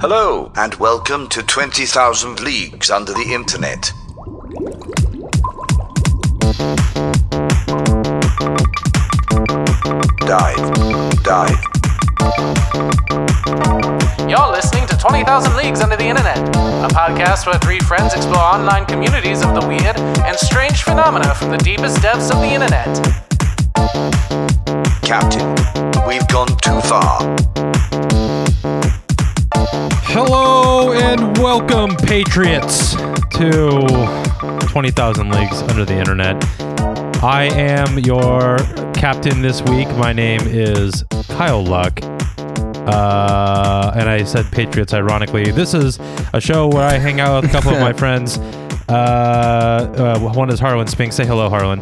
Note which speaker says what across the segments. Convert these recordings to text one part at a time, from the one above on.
Speaker 1: Hello, and welcome to 20,000 Leagues Under the Internet. Dive, dive,
Speaker 2: You're listening to 20,000 Leagues Under the Internet, a podcast where three friends explore online communities of the weird and strange phenomena from the deepest depths of the internet.
Speaker 1: Captain. We've gone too far.
Speaker 3: Hello and welcome, Patriots, to 20,000 Leagues Under the Internet. I am your captain this week. My name is Kyle Luck. Uh, and I said Patriots ironically. This is a show where I hang out with a couple of my friends. Uh, uh, one is Harlan Spink. Say hello, Harlan.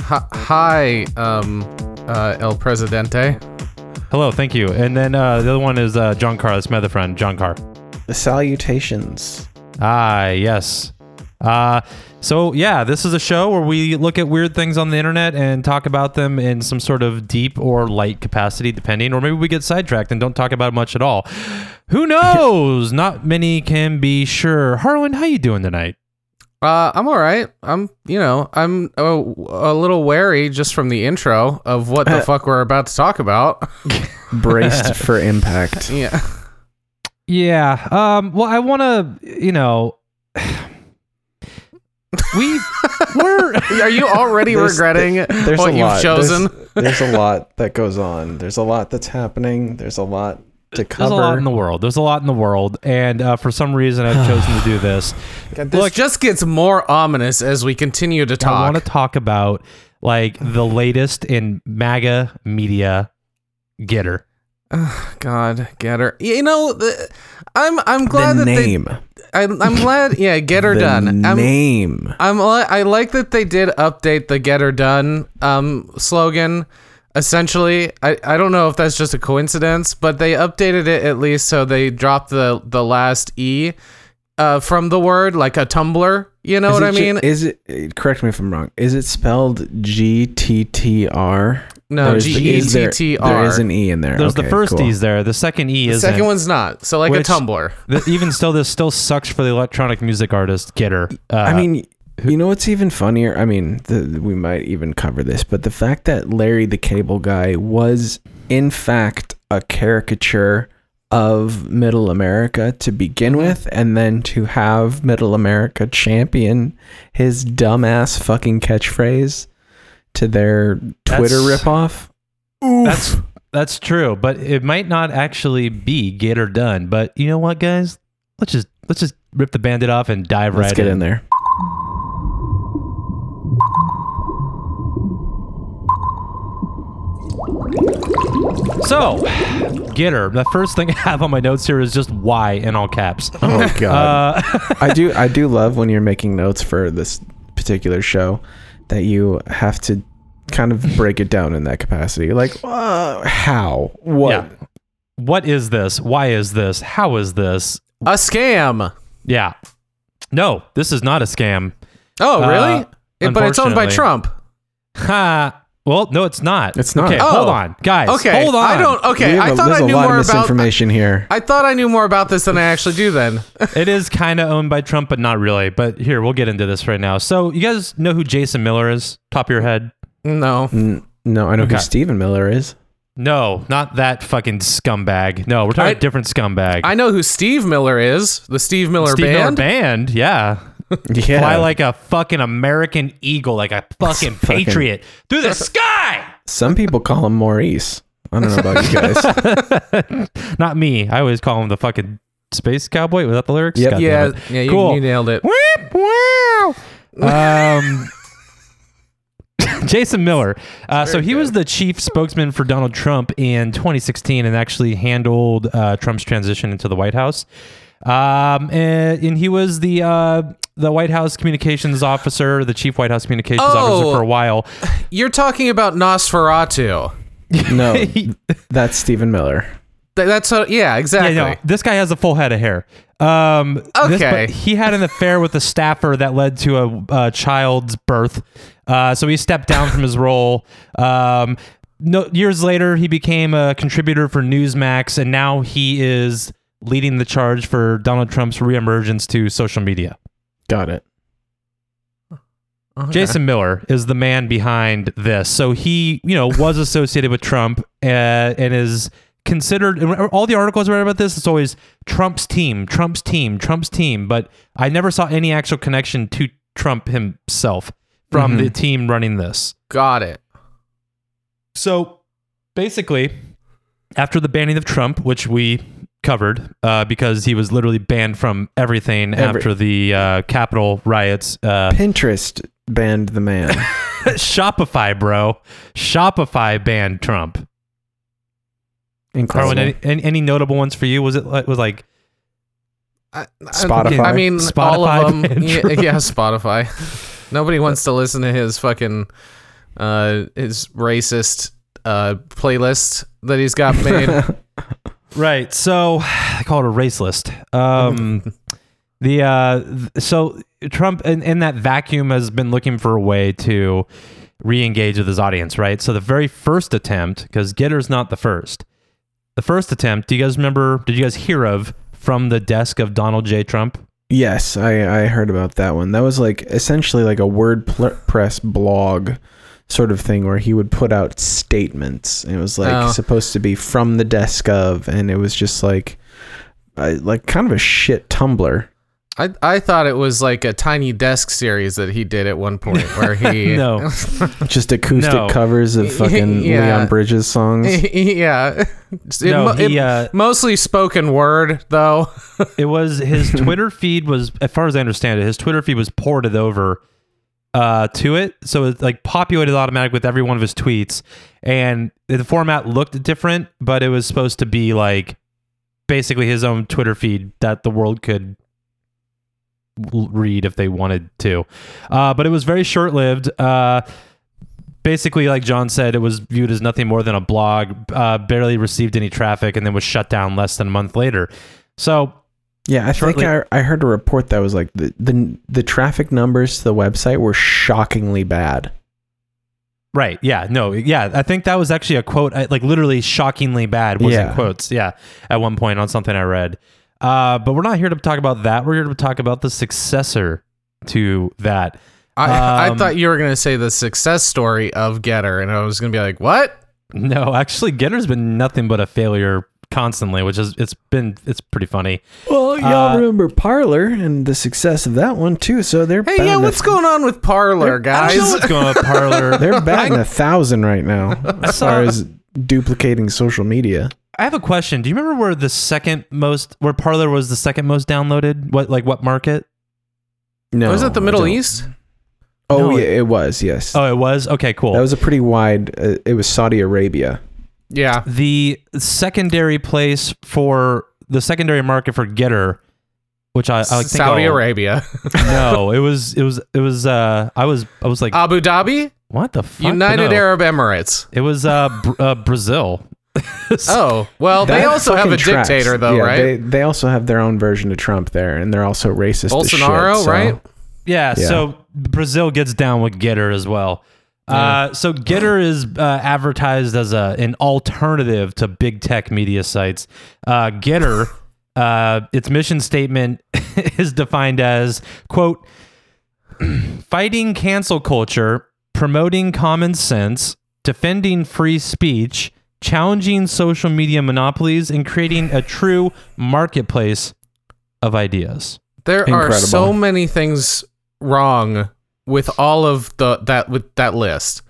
Speaker 4: Hi- Hi, um, uh, El Presidente.
Speaker 3: Hello, thank you. And then uh, the other one is uh, John Carr. That's my other friend, John Carr.
Speaker 5: Salutations.
Speaker 3: Ah, yes. Uh, so, yeah, this is a show where we look at weird things on the internet and talk about them in some sort of deep or light capacity, depending. Or maybe we get sidetracked and don't talk about it much at all. Who knows? Not many can be sure. Harlan, how you doing tonight?
Speaker 4: Uh, I'm all right. I'm, you know, I'm a, a little wary just from the intro of what the fuck we're about to talk about.
Speaker 5: Braced for impact.
Speaker 4: Yeah.
Speaker 3: Yeah. Um, well, I want to, you know, we we're
Speaker 4: Are you already
Speaker 5: There's-
Speaker 4: regretting
Speaker 5: There's
Speaker 4: what
Speaker 5: a
Speaker 4: you've
Speaker 5: lot.
Speaker 4: chosen?
Speaker 5: There's, there's a lot that goes on. There's a lot that's happening. There's a lot to cover.
Speaker 3: there's a lot in the world. There's a lot in the world, and uh, for some reason, I've chosen to do this.
Speaker 4: This just gets more ominous as we continue to
Speaker 3: I
Speaker 4: talk.
Speaker 3: want to talk about like the latest in MAGA media getter.
Speaker 4: God, Getter. You know, the, I'm I'm glad
Speaker 5: the
Speaker 4: that
Speaker 5: name.
Speaker 4: they. I, I'm glad. Yeah, Getter
Speaker 5: the
Speaker 4: done. Um, I'm,
Speaker 5: name.
Speaker 4: I'm li- I like that they did update the "Get Her Done" um, slogan. Essentially, I, I don't know if that's just a coincidence, but they updated it at least so they dropped the the last e uh, from the word like a tumbler. You know
Speaker 5: Is
Speaker 4: what
Speaker 5: it
Speaker 4: I
Speaker 5: ju-
Speaker 4: mean?
Speaker 5: is it? Correct me if I'm wrong. Is it spelled G T T R?
Speaker 4: no, G E T T
Speaker 5: There
Speaker 4: R.
Speaker 5: is an E in there.
Speaker 3: There's the
Speaker 5: Okay,
Speaker 3: first
Speaker 5: cool.
Speaker 3: E's there. The second E is
Speaker 4: Second one's not. So like a
Speaker 3: Which-
Speaker 4: tumbler.
Speaker 3: even still, this still sucks for the electronic music artist getter. Uh,
Speaker 5: I mean, you know what's even funnier? I mean, the, we might even cover this, but the fact that Larry the Cable Guy was, in fact, a caricature of Middle America to
Speaker 3: Mm-hmm.
Speaker 5: begin with, and then to have Middle America champion his dumbass fucking catchphrase to their Twitter
Speaker 3: That's-
Speaker 5: ripoff.
Speaker 3: that's that's true, but it might not actually be getter done. But you know what, guys? Let's just let's just rip the bandit off and dive
Speaker 5: Let's
Speaker 3: right
Speaker 5: get in there.
Speaker 3: So, getter. The first thing I have on my notes here is just Y in all caps.
Speaker 5: Oh god.
Speaker 3: Uh,
Speaker 5: I do I do love when you're making notes for this particular show that you have to kind of break it down in that capacity. Like uh, how? What?
Speaker 3: Yeah. what is this? Why is this? How is this?
Speaker 4: A scam.
Speaker 3: Yeah. No, this is not a scam.
Speaker 4: Oh
Speaker 3: Uh,
Speaker 4: really? It- but it's owned by
Speaker 3: unfortunately.
Speaker 4: Trump.
Speaker 3: Ha. Well, no, it's not.
Speaker 5: It's not.
Speaker 3: Okay,
Speaker 4: Oh.
Speaker 3: hold on, guys.
Speaker 4: Okay.
Speaker 3: hold on.
Speaker 4: I don't.
Speaker 5: We
Speaker 4: Okay.
Speaker 5: have
Speaker 4: I
Speaker 5: a-
Speaker 4: thought
Speaker 5: there's
Speaker 4: I knew
Speaker 5: a lot
Speaker 4: more
Speaker 5: of
Speaker 4: about.
Speaker 5: misinformation here.
Speaker 4: I thought I knew more about this than I actually do. Then.
Speaker 3: It is kind of owned by Trump, but not really. But here, we'll get into this right now. So, you guys know who Jason Miller is? Top of your head?
Speaker 4: No.
Speaker 5: N- no, I know
Speaker 3: Okay.
Speaker 5: who Stephen Miller is.
Speaker 3: No, not that fucking scumbag. No, we're talking
Speaker 4: I-
Speaker 3: a different scumbag.
Speaker 4: I know who Steve Miller is. The Steve Miller
Speaker 3: Steve Miller
Speaker 4: band.
Speaker 3: band. Yeah.
Speaker 5: Yeah.
Speaker 3: Fly like a fucking American eagle, like a fucking
Speaker 5: Fucking-
Speaker 3: patriot through the sky.
Speaker 5: Some people call him Maurice. I don't know about you guys.
Speaker 3: Not me. I always call him the fucking space cowboy. Was that the lyrics?
Speaker 5: Yep.
Speaker 3: God damn
Speaker 4: Yeah,
Speaker 3: it.
Speaker 4: yeah, you,
Speaker 3: Cool.
Speaker 4: you nailed it.
Speaker 3: Whip, wow. Um, Jason Miller. Uh, so he was the chief spokesman for Donald Trump in 2016 and actually handled uh, Trump's transition into the White House. Um, and, and he was the uh, the White House communications officer, the chief White House communications
Speaker 4: Oh.
Speaker 3: officer for a while.
Speaker 4: You're talking about Nosferatu.
Speaker 5: No, that's Stephen Miller.
Speaker 4: Th- That's a, yeah, exactly.
Speaker 3: Yeah, no, this guy has a full head of hair. Um, this-
Speaker 4: Okay.
Speaker 3: but he had an affair with a staffer that led to a, uh child's birth. Uh, so he stepped down from his role. Um, no, years later, he became a contributor for Newsmax, and now he is leading the charge for Donald Trump's reemergence to social media.
Speaker 5: Got it.
Speaker 4: Okay.
Speaker 3: Jason Miller is the man behind this. So he, you know, was associated with Trump uh, and is considered. and All the articles I read about this, it's always Trump's team, Trump's team, Trump's team. But I never saw any actual connection to Trump himself from the team running this.
Speaker 4: got it.
Speaker 3: So basically, after the banning of Trump, which we covered uh, because he was literally banned from everything
Speaker 5: Every-
Speaker 3: after the uh, Capitol riots. Uh,
Speaker 5: Pinterest banned the man.
Speaker 3: Shopify, bro. Shopify banned Trump.
Speaker 5: Incredible.
Speaker 3: Carwin, any, any, any notable ones for you? Was it like was like
Speaker 4: I, I-
Speaker 5: Spotify.
Speaker 4: I mean, all
Speaker 3: Spotify
Speaker 4: of them.
Speaker 3: banned
Speaker 4: Yeah,
Speaker 3: Trump.
Speaker 4: yeah, Spotify. Nobody wants to listen to his fucking uh, his racist uh, playlist that he's got made.
Speaker 3: right? So I call it a race list. Um, the uh, th- so Trump in, in that vacuum has been looking for a way to re-engage with his audience, right? So the very first attempt, because Getter's not the first. The first attempt. Do you guys remember? Did you guys hear of from the desk of Donald J. Trump?
Speaker 5: yes, I, I heard about that one. That was like essentially like a WordPress blog sort of thing where he would put out statements. And it was like
Speaker 4: Oh.
Speaker 5: supposed to be from the desk of, and it was just like, uh, like kind of a shit Tumblr.
Speaker 4: I I thought it was like a tiny desk series that he did at one point where he
Speaker 3: No.
Speaker 5: Just acoustic
Speaker 3: No.
Speaker 5: covers of fucking
Speaker 4: Yeah.
Speaker 5: Leon Bridges songs.
Speaker 4: yeah. It
Speaker 3: No,
Speaker 4: mo-
Speaker 3: he,
Speaker 4: it-
Speaker 3: uh,
Speaker 4: mostly spoken word though.
Speaker 3: It was his Twitter feed was, as far as I understand it, his Twitter feed was ported over uh, to it, so it like populated automatic with every one of his tweets, and the format looked different, but it was supposed to be like basically his own Twitter feed that the world could l- read if they wanted to, uh, but it was very short lived. Uh, basically, like John said, it was viewed as nothing more than a blog, uh, barely received any traffic, and then was shut down less than a month later. So
Speaker 5: Yeah, I
Speaker 3: Shortly-
Speaker 5: think I, I heard a report that was like the, the the traffic numbers to the website were shockingly bad.
Speaker 3: Right. Yeah. No. Yeah. I think that was actually a quote, I- like literally shockingly bad was
Speaker 5: Yeah.
Speaker 3: in quotes. Yeah. At one point on something I read. Uh, but we're not here to talk about that. We're here to talk about the successor to that.
Speaker 4: I, I
Speaker 3: Um,
Speaker 4: thought you were gonna say the success story of Getter, and I was gonna be like, what?
Speaker 3: No, actually, Getter's been nothing but a failure constantly, which is it's been it's pretty funny.
Speaker 5: Well,
Speaker 3: Uh,
Speaker 5: y'all remember Parlor and the success of that one too. So they're
Speaker 4: Hey,
Speaker 5: batting
Speaker 4: yeah,
Speaker 5: a-
Speaker 4: what's going on with Parlor,
Speaker 3: I know
Speaker 4: guys?
Speaker 3: what's going on, with parlor.
Speaker 5: They're batting a thousand right now as
Speaker 3: saw-
Speaker 5: far as duplicating social media.
Speaker 3: I have a question. Do you remember where the second most where Parlor was the second most downloaded? What like what market?
Speaker 5: No,
Speaker 4: was it the
Speaker 5: I
Speaker 4: Middle
Speaker 5: don't.
Speaker 4: East?
Speaker 5: Oh
Speaker 3: No,
Speaker 5: yeah, it was. Yes,
Speaker 3: Oh, it was. Okay, cool.
Speaker 5: that was a pretty wide. Uh, it was Saudi Arabia.
Speaker 4: Yeah.
Speaker 3: the secondary place for the secondary market for Getter, which I, I think
Speaker 4: Saudi
Speaker 3: I'll-
Speaker 4: Arabia.
Speaker 3: No, it was it was it was. Uh, I was I was like,
Speaker 4: Abu Dhabi?
Speaker 3: what the fuck?
Speaker 4: United
Speaker 3: No.
Speaker 4: Arab Emirates.
Speaker 3: It was uh, Br- uh Brazil.
Speaker 4: Oh, well, they
Speaker 5: That
Speaker 4: also have
Speaker 5: fucking
Speaker 4: a
Speaker 5: tracks.
Speaker 4: dictator, though,
Speaker 5: Yeah,
Speaker 4: right?
Speaker 5: They, they also have their own version of Trump there, and they're also racist. as
Speaker 4: Bolsonaro,
Speaker 5: shit, so-
Speaker 4: right?
Speaker 3: Yeah,
Speaker 5: Yeah.
Speaker 3: so Brazil gets down with Getter as well. Uh, so Getter is uh, advertised as a an alternative to big tech media sites. Uh, Getter, uh, its mission statement is defined as quote fighting cancel culture, promoting common sense, defending free speech, challenging social media monopolies, and creating a true marketplace of ideas.
Speaker 4: There are
Speaker 5: Incredible.
Speaker 4: so many things wrong with all of the that with that list.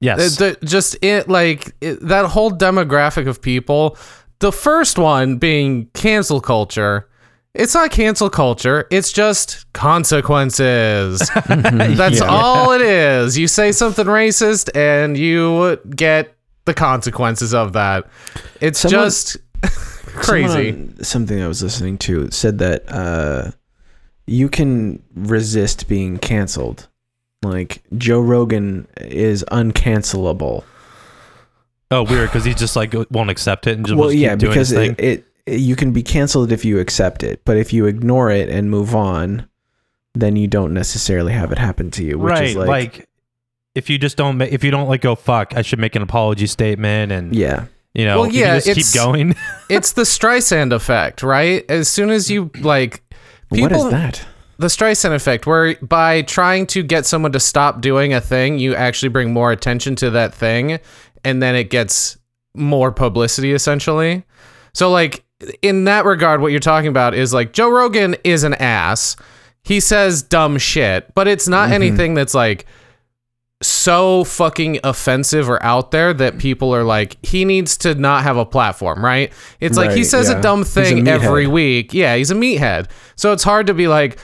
Speaker 3: Yes.
Speaker 4: The- the- just it like it, that whole demographic of people. The first one being cancel culture. It's not cancel culture. It's just consequences. That's all it is. You say something racist and you get the consequences of that. It's
Speaker 5: Someone-
Speaker 4: just crazy.
Speaker 5: Someone on something I was listening to said that uh, you can resist being canceled. Like Joe Rogan is uncancelable.
Speaker 3: Oh, weird, because he just like won't accept it and just
Speaker 5: well,
Speaker 3: will keep
Speaker 5: yeah,
Speaker 3: doing
Speaker 5: because
Speaker 3: his
Speaker 5: it,
Speaker 3: thing.
Speaker 5: it, it you can be canceled if you accept it, but if you ignore it and move on, then you don't necessarily have it happen to you. Which
Speaker 3: right,
Speaker 5: is
Speaker 3: like,
Speaker 5: like,
Speaker 3: if you just don't, ma- if you don't like go fuck, I should make an apology statement and
Speaker 5: yeah,
Speaker 3: you know,
Speaker 4: Well,
Speaker 3: you can
Speaker 4: yeah,
Speaker 3: just keep
Speaker 4: it's-
Speaker 3: going.
Speaker 4: it's the Streisand effect, right? As soon as you like
Speaker 5: what is that?
Speaker 4: the Streisand effect, where by trying to get someone to stop doing a thing, you actually bring more attention to that thing, and then it gets more publicity essentially. So, like, in that regard, what you're talking about is like Joe Rogan is an ass. He says dumb shit, but it's not
Speaker 5: Mm-hmm.
Speaker 4: anything that's like so fucking offensive or out there that people are like, he needs to not have a platform, right? It's like he
Speaker 5: Right,
Speaker 4: says
Speaker 5: yeah.
Speaker 4: a dumb
Speaker 5: He's a
Speaker 4: thing every
Speaker 5: meathead.
Speaker 4: week. Yeah, he's a meathead. So it's hard to be like,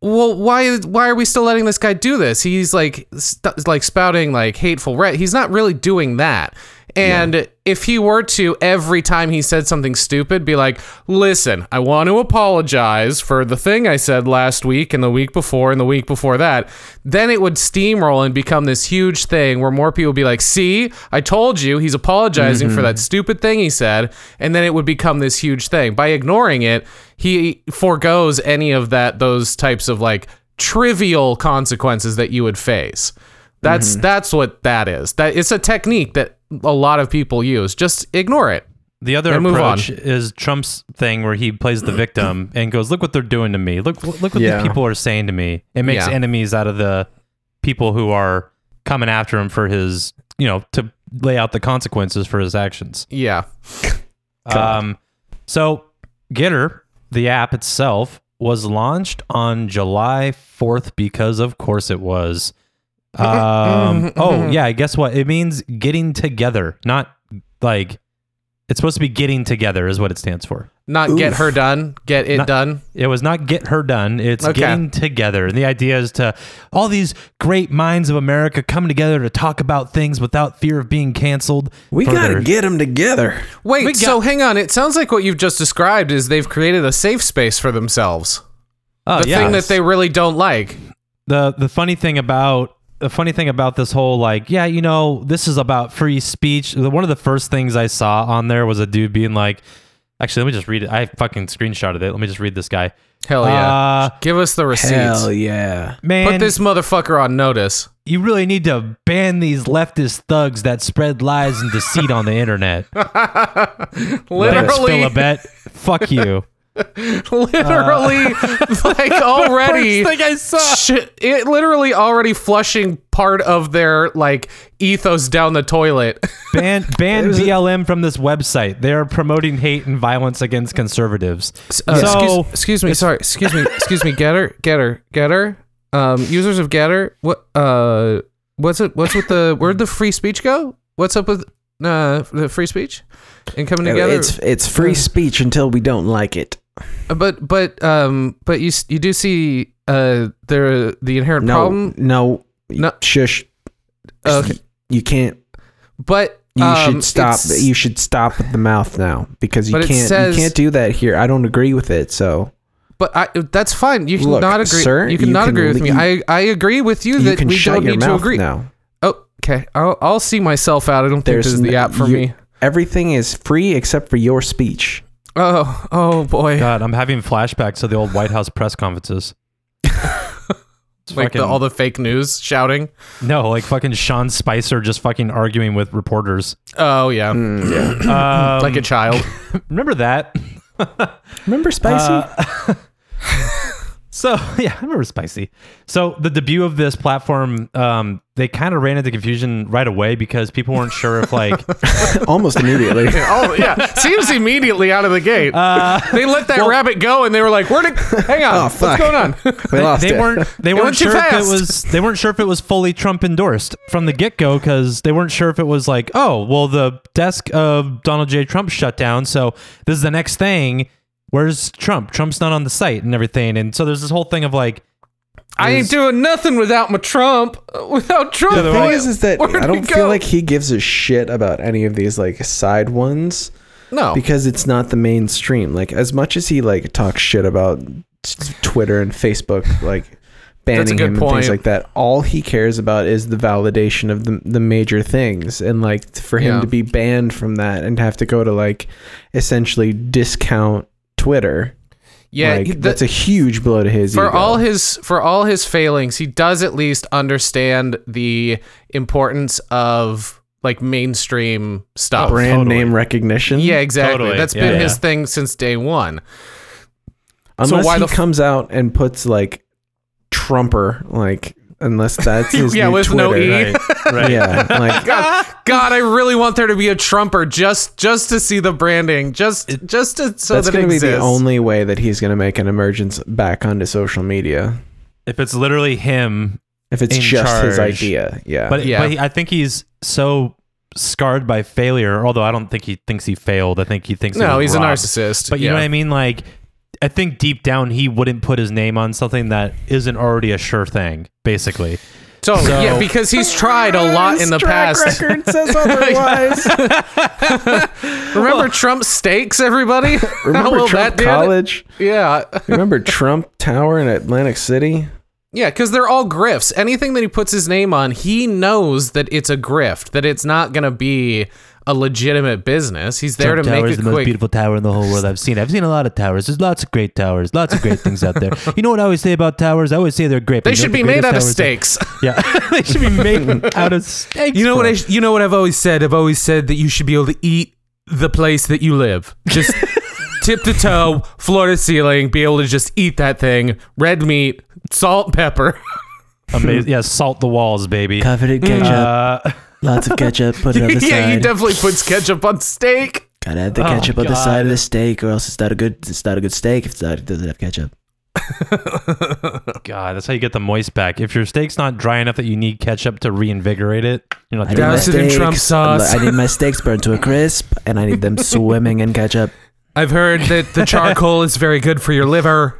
Speaker 4: well, why why are we still letting this guy do this? He's like st- like spouting like hateful rhet. He's not really doing that. And if he were to every time he said something stupid, be like, "Listen, I want to apologize for the thing I said last week and the week before and the week before that," then it would steamroll and become this huge thing where more people would be like, "See, I told you, he's apologizing
Speaker 3: Mm-hmm.
Speaker 4: for that stupid thing he said," and then it would become this huge thing. By ignoring it, he foregoes any of that those types of like trivial consequences that you would face that's
Speaker 3: Mm-hmm.
Speaker 4: that's what that is that it's a technique that a lot of people use just ignore it
Speaker 3: The other
Speaker 4: Yeah, move
Speaker 3: approach is Trump's thing where he plays the victim and goes, "Look what they're doing to me. Look, look what
Speaker 5: Yeah.
Speaker 3: the people are saying to me." It makes
Speaker 4: Yeah.
Speaker 3: enemies out of the people who are coming after him for his, you know, to lay out the consequences for his actions.
Speaker 4: yeah
Speaker 3: Um, so Gitter, the app itself, was launched on July 4th because, of course, it was. Um, oh, yeah. Guess what? It means getting together, not like it's supposed to be getting together, is what it stands for.
Speaker 4: not get her done get it
Speaker 3: Not-
Speaker 4: done
Speaker 3: It was not get her done. It's
Speaker 4: Okay.
Speaker 3: getting together. And the idea is to all these great minds of America come together to talk about things without fear of being canceled.
Speaker 5: We
Speaker 3: for
Speaker 5: gotta
Speaker 3: their-
Speaker 5: get them together.
Speaker 4: wait
Speaker 3: We
Speaker 4: so hang on it sounds like what you've just described is they've created a safe space for themselves
Speaker 3: Oh,
Speaker 4: the
Speaker 3: yeah.
Speaker 4: thing that they really don't like
Speaker 3: the the funny thing about the funny thing about this whole like yeah you know this is about free speech The- one of the first things i saw on there was a dude being like actually let me just read it i fucking screenshotted it let me just read this guy
Speaker 4: hell yeah
Speaker 3: uh
Speaker 4: give us the receipts
Speaker 5: Hell yeah.
Speaker 3: man
Speaker 4: put this motherfucker on notice
Speaker 3: you really need to ban these leftist thugs that spread lies and deceit on the internet Thanks,
Speaker 4: literally
Speaker 3: Philibet. fuck you
Speaker 4: literally like already
Speaker 3: First Uh, thing I saw.
Speaker 4: Shit, it literally already flushing part of their like ethos down the toilet.
Speaker 3: ban ban blm from this website they are promoting hate and violence against conservatives so
Speaker 4: uh, excuse, excuse me, sorry, excuse me, excuse me, Getter, Getter, Getter. Um, users of Getter, what, uh, what's it? What's with the where'd the free speech go? What's up with uh the free speech and coming together?
Speaker 5: It's it's free speech until we don't like it.
Speaker 4: but but um but you s- you do see uh there the inherent
Speaker 5: No,
Speaker 4: problem.
Speaker 5: no,
Speaker 4: No. Oh,
Speaker 5: shush.
Speaker 4: Okay.
Speaker 5: You can't.
Speaker 4: But
Speaker 5: You
Speaker 4: um,
Speaker 5: should stop.
Speaker 4: it's-
Speaker 5: You should stop with the mouth now because you
Speaker 4: But it
Speaker 5: can't.
Speaker 4: says-
Speaker 5: you can't do that here. I don't agree with it. So
Speaker 4: But I, that's fine. You can
Speaker 5: Look,
Speaker 4: not agree.
Speaker 5: sir,
Speaker 4: you can
Speaker 5: you
Speaker 4: not
Speaker 5: can
Speaker 4: agree with
Speaker 5: le-
Speaker 4: me.
Speaker 5: you-
Speaker 4: I, I agree with you
Speaker 5: you
Speaker 4: that
Speaker 5: can
Speaker 4: we
Speaker 5: shut
Speaker 4: don't
Speaker 5: your
Speaker 4: need to
Speaker 5: mouth
Speaker 4: agree.
Speaker 5: now.
Speaker 4: Oh, okay. I'll, I'll see myself out. I don't think this is the
Speaker 5: n-
Speaker 4: app for
Speaker 5: you-
Speaker 4: me.
Speaker 5: Everything is free except for your speech.
Speaker 4: Oh, oh boy.
Speaker 3: God, I'm having flashbacks to the old White House press conferences. It's
Speaker 4: like the,
Speaker 3: fucking-
Speaker 4: all the fake news shouting.
Speaker 3: no, like fucking Sean Spicer just fucking arguing with reporters.
Speaker 4: Oh yeah,
Speaker 5: Mm,
Speaker 3: Um,
Speaker 4: like a child.
Speaker 3: remember that?
Speaker 5: Remember spicy?
Speaker 3: So yeah, I remember spicy. So the debut of this platform, um, they kind of ran into confusion right away because people weren't sure if like
Speaker 5: Almost immediately.
Speaker 4: oh yeah, seems immediately out of the gate. they let that rabbit go, and they were like, "Where did? Hang on, what's
Speaker 5: Oh, fuck.
Speaker 4: going on?"
Speaker 5: we lost
Speaker 3: they
Speaker 5: it.
Speaker 3: weren't they
Speaker 4: went
Speaker 3: weren't
Speaker 4: too
Speaker 3: sure if
Speaker 4: fast.
Speaker 3: it was they weren't sure if it was fully Trump endorsed from the get go because they weren't sure if it was like oh well the desk of Donald J Trump shut down so this is the next thing where's Trump Trump's not on the site and everything and so there's this whole thing of like
Speaker 4: I ain't doing nothing without my Trump. Without Trump,
Speaker 5: the thing is, is that
Speaker 4: where did
Speaker 5: I
Speaker 4: he
Speaker 5: don't
Speaker 4: go?
Speaker 5: feel like he gives a shit about any of these like side ones
Speaker 4: no.
Speaker 5: because it's not the mainstream. Like as much as he like talks shit about t- Twitter and Facebook, like banning
Speaker 4: good
Speaker 5: him and
Speaker 4: point.
Speaker 5: things like that, all he cares about is the validation of the the major things, and like for him
Speaker 4: Yeah.
Speaker 5: to be banned from that and have to go to like essentially discount Twitter.
Speaker 4: yeah,
Speaker 5: like,
Speaker 4: he- the-
Speaker 5: that's a huge blow to his
Speaker 4: for
Speaker 5: ego.
Speaker 4: all his for all his failings he does at least understand the importance of like mainstream stuff.
Speaker 5: brand
Speaker 3: totally.
Speaker 5: name recognition.
Speaker 4: Yeah, exactly.
Speaker 3: Totally.
Speaker 4: That's
Speaker 3: Yeah,
Speaker 4: been
Speaker 3: yeah.
Speaker 4: his thing since day one.
Speaker 5: Unless
Speaker 4: why
Speaker 5: he
Speaker 4: the f-
Speaker 5: comes out and puts like Trumper, like unless that's his
Speaker 4: Yeah,
Speaker 5: new
Speaker 4: with no
Speaker 5: Twitter.
Speaker 4: E.
Speaker 3: Right. Right.
Speaker 5: Yeah, like
Speaker 4: God, God, I really want there to be a Trumper just just to see the branding, just just to so
Speaker 5: that's
Speaker 4: that it
Speaker 5: gonna be
Speaker 4: exists.
Speaker 5: the only way that he's gonna make an emergence back onto social media.
Speaker 3: If it's literally him,
Speaker 5: If it's
Speaker 3: In
Speaker 5: just his
Speaker 3: charge.
Speaker 5: idea, yeah.
Speaker 3: but,
Speaker 4: Yeah.
Speaker 3: but he, I think he's so scarred by failure. Although I don't think he thinks he failed. I think he thinks he
Speaker 4: no,
Speaker 3: was
Speaker 4: he's a
Speaker 3: robbed.
Speaker 4: narcissist.
Speaker 3: But you
Speaker 4: yeah.
Speaker 3: know what I mean? Like, I think deep down he wouldn't put his name on something that isn't already a sure thing. Basically,
Speaker 4: So,
Speaker 3: So-
Speaker 4: yeah, because he's tried a lot in the past.
Speaker 5: record says otherwise.
Speaker 4: Remember Trump stakes, everybody? How
Speaker 5: Remember
Speaker 4: well
Speaker 5: Trump
Speaker 4: did?
Speaker 5: College?
Speaker 4: Yeah,
Speaker 5: Remember Trump Tower in Atlantic City?
Speaker 4: yeah, because they're all grifts. Anything that he puts his name on, he knows that it's a grift, that it's not gonna be a legitimate business. He's there to
Speaker 3: Tower
Speaker 4: make
Speaker 3: is the
Speaker 4: it
Speaker 3: most
Speaker 4: quick.
Speaker 3: beautiful tower in the whole world I've seen. I've seen a lot of towers. There's lots of great towers. Lots of great things out there. You know what I always say about towers? I always say they're great. but
Speaker 4: They
Speaker 3: you know
Speaker 4: should
Speaker 3: what the
Speaker 4: be made
Speaker 3: greatest towers
Speaker 4: out of
Speaker 3: are?
Speaker 4: stakes.
Speaker 3: Yeah, they should be made out of steaks.
Speaker 6: You know what?
Speaker 3: bro.
Speaker 6: I, sh- you know what I've always said. I've always said that you should be able to eat the place that you live. Just tip to toe, floor to ceiling, be able to just eat that thing. Red meat, salt, pepper.
Speaker 3: Amazing. Yeah, salt the walls, baby.
Speaker 5: Covered in ketchup.
Speaker 3: Uh,
Speaker 5: Lots of ketchup. Put it on
Speaker 4: Mm. yeah, he Oh, definitely puts ketchup on steak.
Speaker 5: Gotta have the ketchup on the side of the steak, or else it's not a good. It's not a good steak if it's not, it doesn't have ketchup.
Speaker 3: God, that's how you get the moist back. If your steak's not dry enough that you need ketchup to reinvigorate it, you're not.
Speaker 5: I need
Speaker 3: Doing
Speaker 5: my
Speaker 6: Douse it in
Speaker 5: steaks-
Speaker 6: Trump sauce.
Speaker 5: I need my steaks burned to a crisp, and I need them swimming in ketchup.
Speaker 6: I've heard that the charcoal is very good for your liver.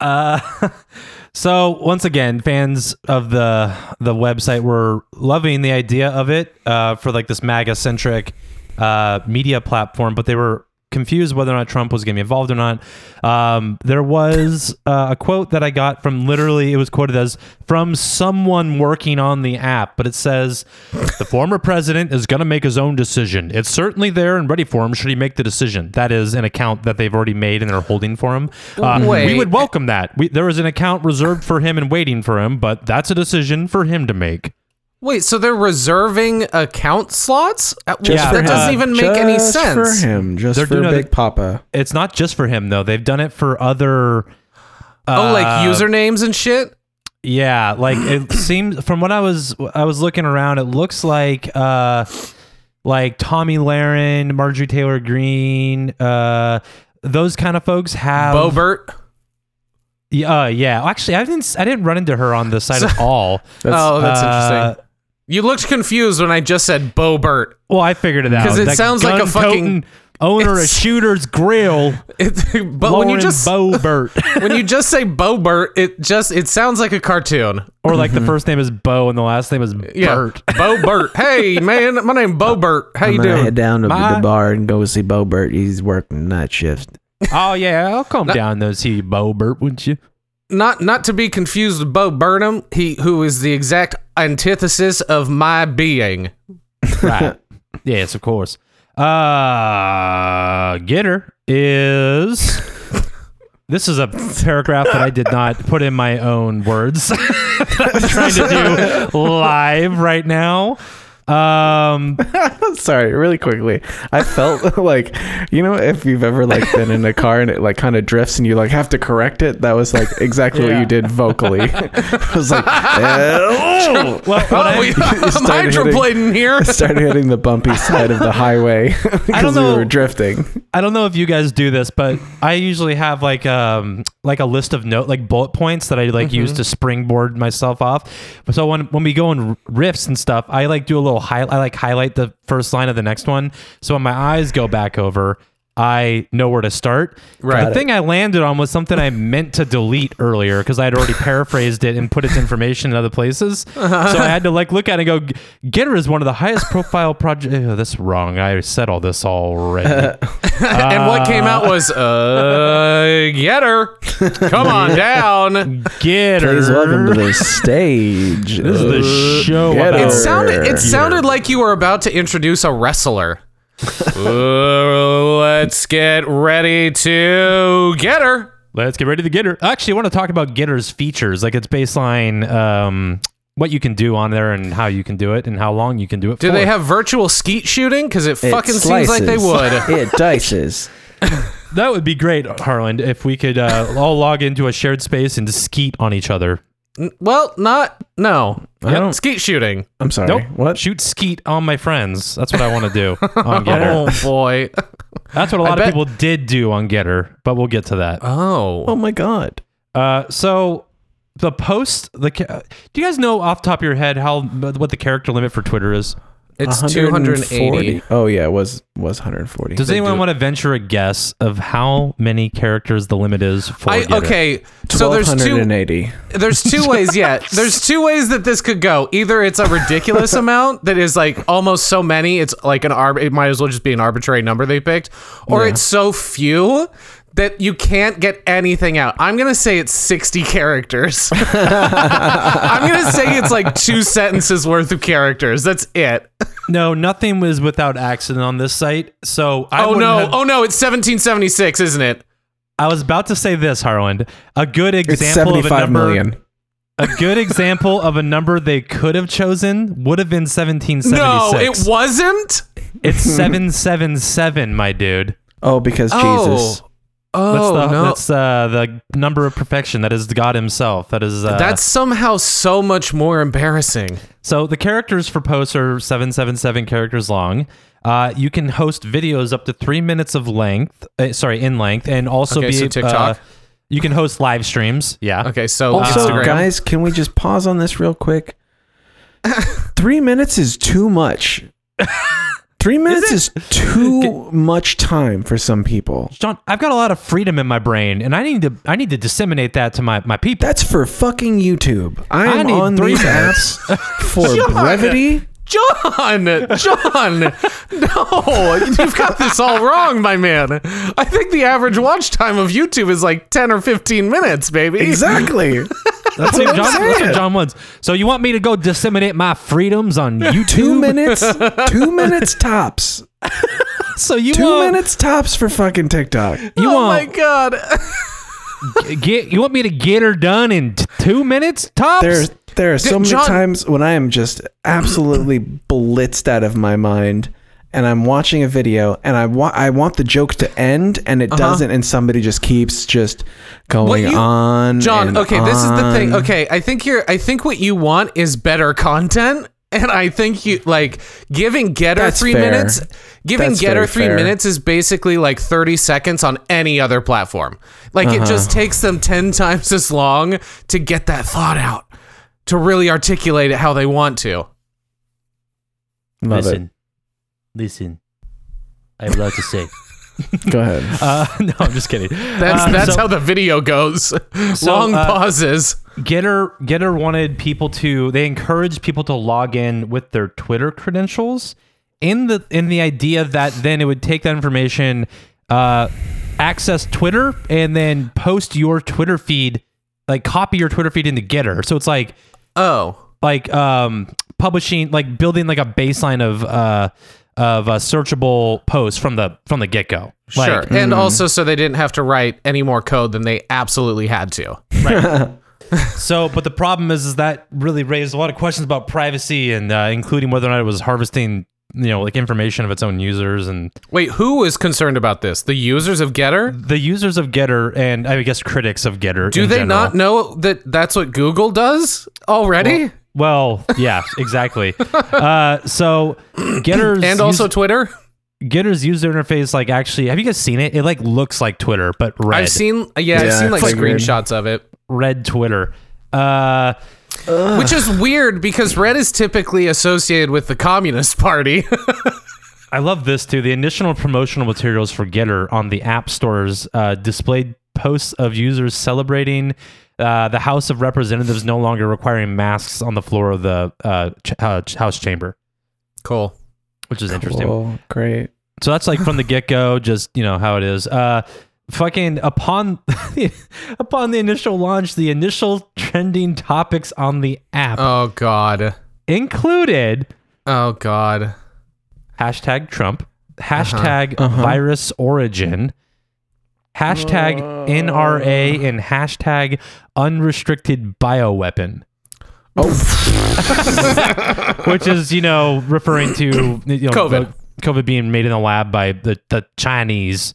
Speaker 3: Uh, so once again, fans of the the website were loving the idea of it uh, for like this MAGA centric uh, media platform, but they were confused whether or not Trump was going to be involved or not. Um, there was uh, a quote that I got from literally it was quoted as from someone working on the app, but it says the former president is going to make his own decision. It's certainly there and ready for him should he make the decision. That is an account that they've already made and they're holding for him. Uh, we
Speaker 4: Wait.
Speaker 3: would welcome that. We, there is an account reserved for him and waiting for him, but that's a decision for him to make.
Speaker 4: Wait, so they're reserving account slots? Uh,
Speaker 3: Yeah,
Speaker 4: that
Speaker 3: for
Speaker 4: doesn't
Speaker 3: him.
Speaker 4: even make any
Speaker 5: Just
Speaker 4: sense.
Speaker 5: for him. Just
Speaker 3: They're
Speaker 5: for
Speaker 3: doing other-
Speaker 5: Big Papa.
Speaker 3: It's not just for him though. They've done it for other.
Speaker 4: oh, like
Speaker 3: uh,
Speaker 4: usernames and shit.
Speaker 3: Yeah, like it seems from what I was I was looking around, it looks like uh like Tommy Laren, Marjorie Taylor Green, uh those kind of folks have
Speaker 4: Bobert.
Speaker 3: Yeah, uh, yeah. Actually, I didn't. s- I didn't run into her on the site at all.
Speaker 4: oh, that's
Speaker 3: Uh,
Speaker 4: interesting. You looked confused when I just said Bobert.
Speaker 3: Well, I figured it out
Speaker 4: 'Cause it
Speaker 3: That
Speaker 4: sounds like a
Speaker 3: gun-toting
Speaker 4: fucking-
Speaker 3: owner of
Speaker 4: it's-
Speaker 3: Shooter's Grill.
Speaker 4: It, but when you
Speaker 3: Lauren
Speaker 4: just
Speaker 3: Bobert,
Speaker 4: when you just say Bobert, it just it sounds like a cartoon.
Speaker 3: or like the first name is Bo and the last name is
Speaker 4: Mhm. Yeah,
Speaker 3: Bert.
Speaker 4: Bobert. Hey man, my name Bobert. How
Speaker 5: I'm
Speaker 4: you
Speaker 5: gonna head
Speaker 4: doing?
Speaker 5: down to
Speaker 3: My-
Speaker 5: the bar and go see Bo Burt. He's working night shift.
Speaker 3: Oh yeah, I'll come down though, see you, Bobert, wouldn't you?
Speaker 4: Not not to be confused with Bo Burnham, he who is the exact antithesis of my being.
Speaker 3: Right. yes, of course. Uh Getter is This is a paragraph that I did not put in my own words. that I'm trying to do live right now. Um
Speaker 5: Sorry, really quickly. I felt like you know if you've ever like been in a car and it like kind of drifts and you like have to correct it. That was like exactly what you did vocally. I was like, oh,
Speaker 3: well, when I-
Speaker 4: Oh, yeah, I'm
Speaker 5: started hitting-
Speaker 4: hydroplaning here.
Speaker 5: started hitting the bumpy side of the highway because we
Speaker 3: know.
Speaker 5: were drifting.
Speaker 3: I don't know if you guys do this, but I usually have like um like a list of note like bullet points that I like use to springboard myself off. So when when we go in riffs and stuff, I like do a little high I like highlight the first line of the next one. So when my eyes go back over, I know where to start.
Speaker 4: Right.
Speaker 3: The thing I landed on was something I meant to delete earlier because I had already paraphrased it and put its information in other places. So I had to like look at it and go, Getter is one of the highest profile projects. Oh, that's wrong. I said all this already.
Speaker 4: and what came out was uh get her. Come on down.
Speaker 3: Get her.
Speaker 5: Please welcome to the stage.
Speaker 3: This is the show
Speaker 5: Get
Speaker 3: about
Speaker 5: her.
Speaker 4: It sounded
Speaker 5: Here.
Speaker 4: it sounded like you were about to introduce a wrestler. Uh, let's get ready to get her.
Speaker 3: Let's get ready to get her. Actually, I want to talk about Getter's features. Like its baseline um, what you can do on there and how you can do it and how long you can do it.
Speaker 4: Do
Speaker 3: for.
Speaker 4: they have virtual skeet shooting? Because it,
Speaker 5: It
Speaker 4: fucking seems like they would.
Speaker 5: slices. it dices.
Speaker 3: That would be great, Harland, if we could uh, all log into a shared space and just skeet on each other.
Speaker 4: well, not no.
Speaker 5: don't-
Speaker 4: Skeet shooting.
Speaker 5: I'm sorry.
Speaker 3: Nope.
Speaker 5: What?
Speaker 3: Shoot skeet on my friends. That's what I want to do on Getter.
Speaker 4: Oh boy.
Speaker 3: That's what a lot of
Speaker 4: bet-
Speaker 3: people did do on Getter, but we'll get to that.
Speaker 4: Oh.
Speaker 5: Oh my god.
Speaker 3: Uh, so the post, the ca- do you guys know off the top of your head how what the character limit for Twitter is?
Speaker 4: It's 280.
Speaker 5: 140. Oh yeah, it was was 140.
Speaker 3: Does anyone want to venture a guess of how many characters the limit is for?
Speaker 4: I,
Speaker 3: Getter?
Speaker 4: okay. So there's two
Speaker 5: 1280.
Speaker 4: there's two ways yeah there's two ways that this could go either it's a ridiculous amount that is like almost so many it's like an arb it might as well just be an arbitrary number they picked or it's so few that you can't get anything out i'm gonna say it's 60 characters i'm gonna say it's like two sentences worth of characters that's it
Speaker 3: No, nothing was without accident on this site. So I
Speaker 4: oh
Speaker 3: wouldn't
Speaker 4: no
Speaker 3: have-
Speaker 4: oh no it's 1776 isn't it
Speaker 3: I was about to say this, Harland. A good
Speaker 5: It's
Speaker 3: example of a
Speaker 5: 75
Speaker 3: number.
Speaker 5: million.
Speaker 3: A good example of a number they could have chosen would have been
Speaker 4: no
Speaker 3: 1776.
Speaker 4: it wasn't
Speaker 3: It's 777, my dude.
Speaker 5: Oh, because Jesus.
Speaker 4: oh oh
Speaker 3: That's the,
Speaker 4: no
Speaker 3: that's uh, the number of perfection. That is God Himself. That is. Uh,
Speaker 4: that's somehow so much more embarrassing
Speaker 3: so. The characters for posts are seven seven seven characters long. Uh, you can host videos up to three minutes of length. Uh, sorry, in length, and also
Speaker 4: Okay,
Speaker 3: be
Speaker 4: so
Speaker 3: uh,
Speaker 4: TikTok.
Speaker 3: you can host live streams. Yeah.
Speaker 4: Okay, so
Speaker 5: Also,
Speaker 4: Instagram.
Speaker 5: guys, can we just pause on this real quick? Three minutes is too much. Three minutes is, too much time for some people.
Speaker 3: John, I've got a lot of freedom in my brain, and I need to I need to disseminate that to my my people.
Speaker 5: That's for fucking YouTube.
Speaker 3: I
Speaker 5: I am
Speaker 3: need
Speaker 5: on
Speaker 3: three
Speaker 5: these apps for brevity.
Speaker 4: John, John, no, you've got this all wrong, my man. I think the average watch time of YouTube is like ten or fifteen minutes, baby.
Speaker 5: Exactly.
Speaker 3: that's, what John, that's what
Speaker 5: saying.
Speaker 3: John wants. So you want me to go disseminate my freedoms on YouTube?
Speaker 5: two minutes. Two minutes tops.
Speaker 3: so you
Speaker 5: Two
Speaker 3: want
Speaker 5: minutes tops for fucking TikTok.
Speaker 3: you
Speaker 4: Oh my
Speaker 3: want
Speaker 4: god.
Speaker 3: get you want me to get her done in t- two minutes tops?
Speaker 5: There, there are so many
Speaker 4: John-
Speaker 5: times when I am just absolutely blitzed out of my mind, and I'm watching a video, and I want I want the joke to end, and it doesn't, and somebody just keeps just going
Speaker 4: Uh-huh. you-
Speaker 5: on.
Speaker 4: John,
Speaker 5: and
Speaker 4: okay, this is the thing.
Speaker 5: on.
Speaker 4: Okay, I think you're I think what you want is better content. And I think you like giving Getter
Speaker 5: That's
Speaker 4: three
Speaker 5: fair.
Speaker 4: minutes. Giving
Speaker 5: That's
Speaker 4: Getter
Speaker 5: very
Speaker 4: three
Speaker 5: fair.
Speaker 4: minutes is basically like thirty seconds on any other platform. Like it just
Speaker 5: Uh-huh.
Speaker 4: takes them ten times as long to get that thought out, to really articulate it how they want to.
Speaker 5: Love it.
Speaker 3: listen. I have a lot to say.
Speaker 5: Go ahead.
Speaker 3: Uh, no, I'm just kidding.
Speaker 4: That's
Speaker 3: Um,
Speaker 4: that's
Speaker 3: so-
Speaker 4: how the video goes.
Speaker 3: so,
Speaker 4: long
Speaker 3: uh,
Speaker 4: pauses.
Speaker 3: Getter Getter wanted people to they encouraged people to log in with their Twitter credentials in the in the idea that then it would take that information uh access Twitter and then post your Twitter feed like copy your Twitter feed into Getter. So it's like
Speaker 4: Oh.
Speaker 3: like um publishing like building like a baseline of uh of uh, searchable posts from the from the get-go. Like,
Speaker 4: Sure. and
Speaker 5: mm.
Speaker 4: also so they didn't have to write any more code than they absolutely had to.
Speaker 3: So, but the problem is, is that really raised a lot of questions about privacy and uh, including whether or not it was harvesting, you know, like information of its own users and
Speaker 4: Wait, who is concerned about this? The users of Getter?
Speaker 3: the users of Getter and I guess critics of Getter.
Speaker 4: Do
Speaker 3: in
Speaker 4: they
Speaker 3: general.
Speaker 4: not know that that's what Google does already?
Speaker 3: Well, yeah, exactly. uh, so, Getter's
Speaker 4: and also
Speaker 3: us-
Speaker 4: Twitter?
Speaker 3: Getter's user interface, like, actually, have you guys seen it? It like looks like Twitter, but red,
Speaker 4: I've seen yeah, I've
Speaker 5: Yeah,
Speaker 4: seen
Speaker 5: it's
Speaker 4: like
Speaker 5: like weird.
Speaker 4: screenshots of it.
Speaker 3: red Twitter. Uh,
Speaker 4: Which is weird because red is typically associated with the Communist Party.
Speaker 3: I love this too. The initial promotional materials for Getter on the app stores uh, displayed posts of users celebrating uh, the House of Representatives no longer requiring masks on the floor of the uh, ch- uh, ch- House chamber,
Speaker 4: cool.
Speaker 3: which is interesting.
Speaker 5: Cool. Great.
Speaker 3: So that's like from the get go, just you know how it is. Uh, fucking upon upon the initial launch, the initial trending topics on the app
Speaker 4: Oh god.
Speaker 3: included
Speaker 4: Oh god.
Speaker 3: hashtag Trump, hashtag virus origin, hashtag NRA, and hashtag unrestricted bioweapon. which is you know referring to you know,
Speaker 6: COVID.
Speaker 3: the- COVID being made in the lab by the the Chinese.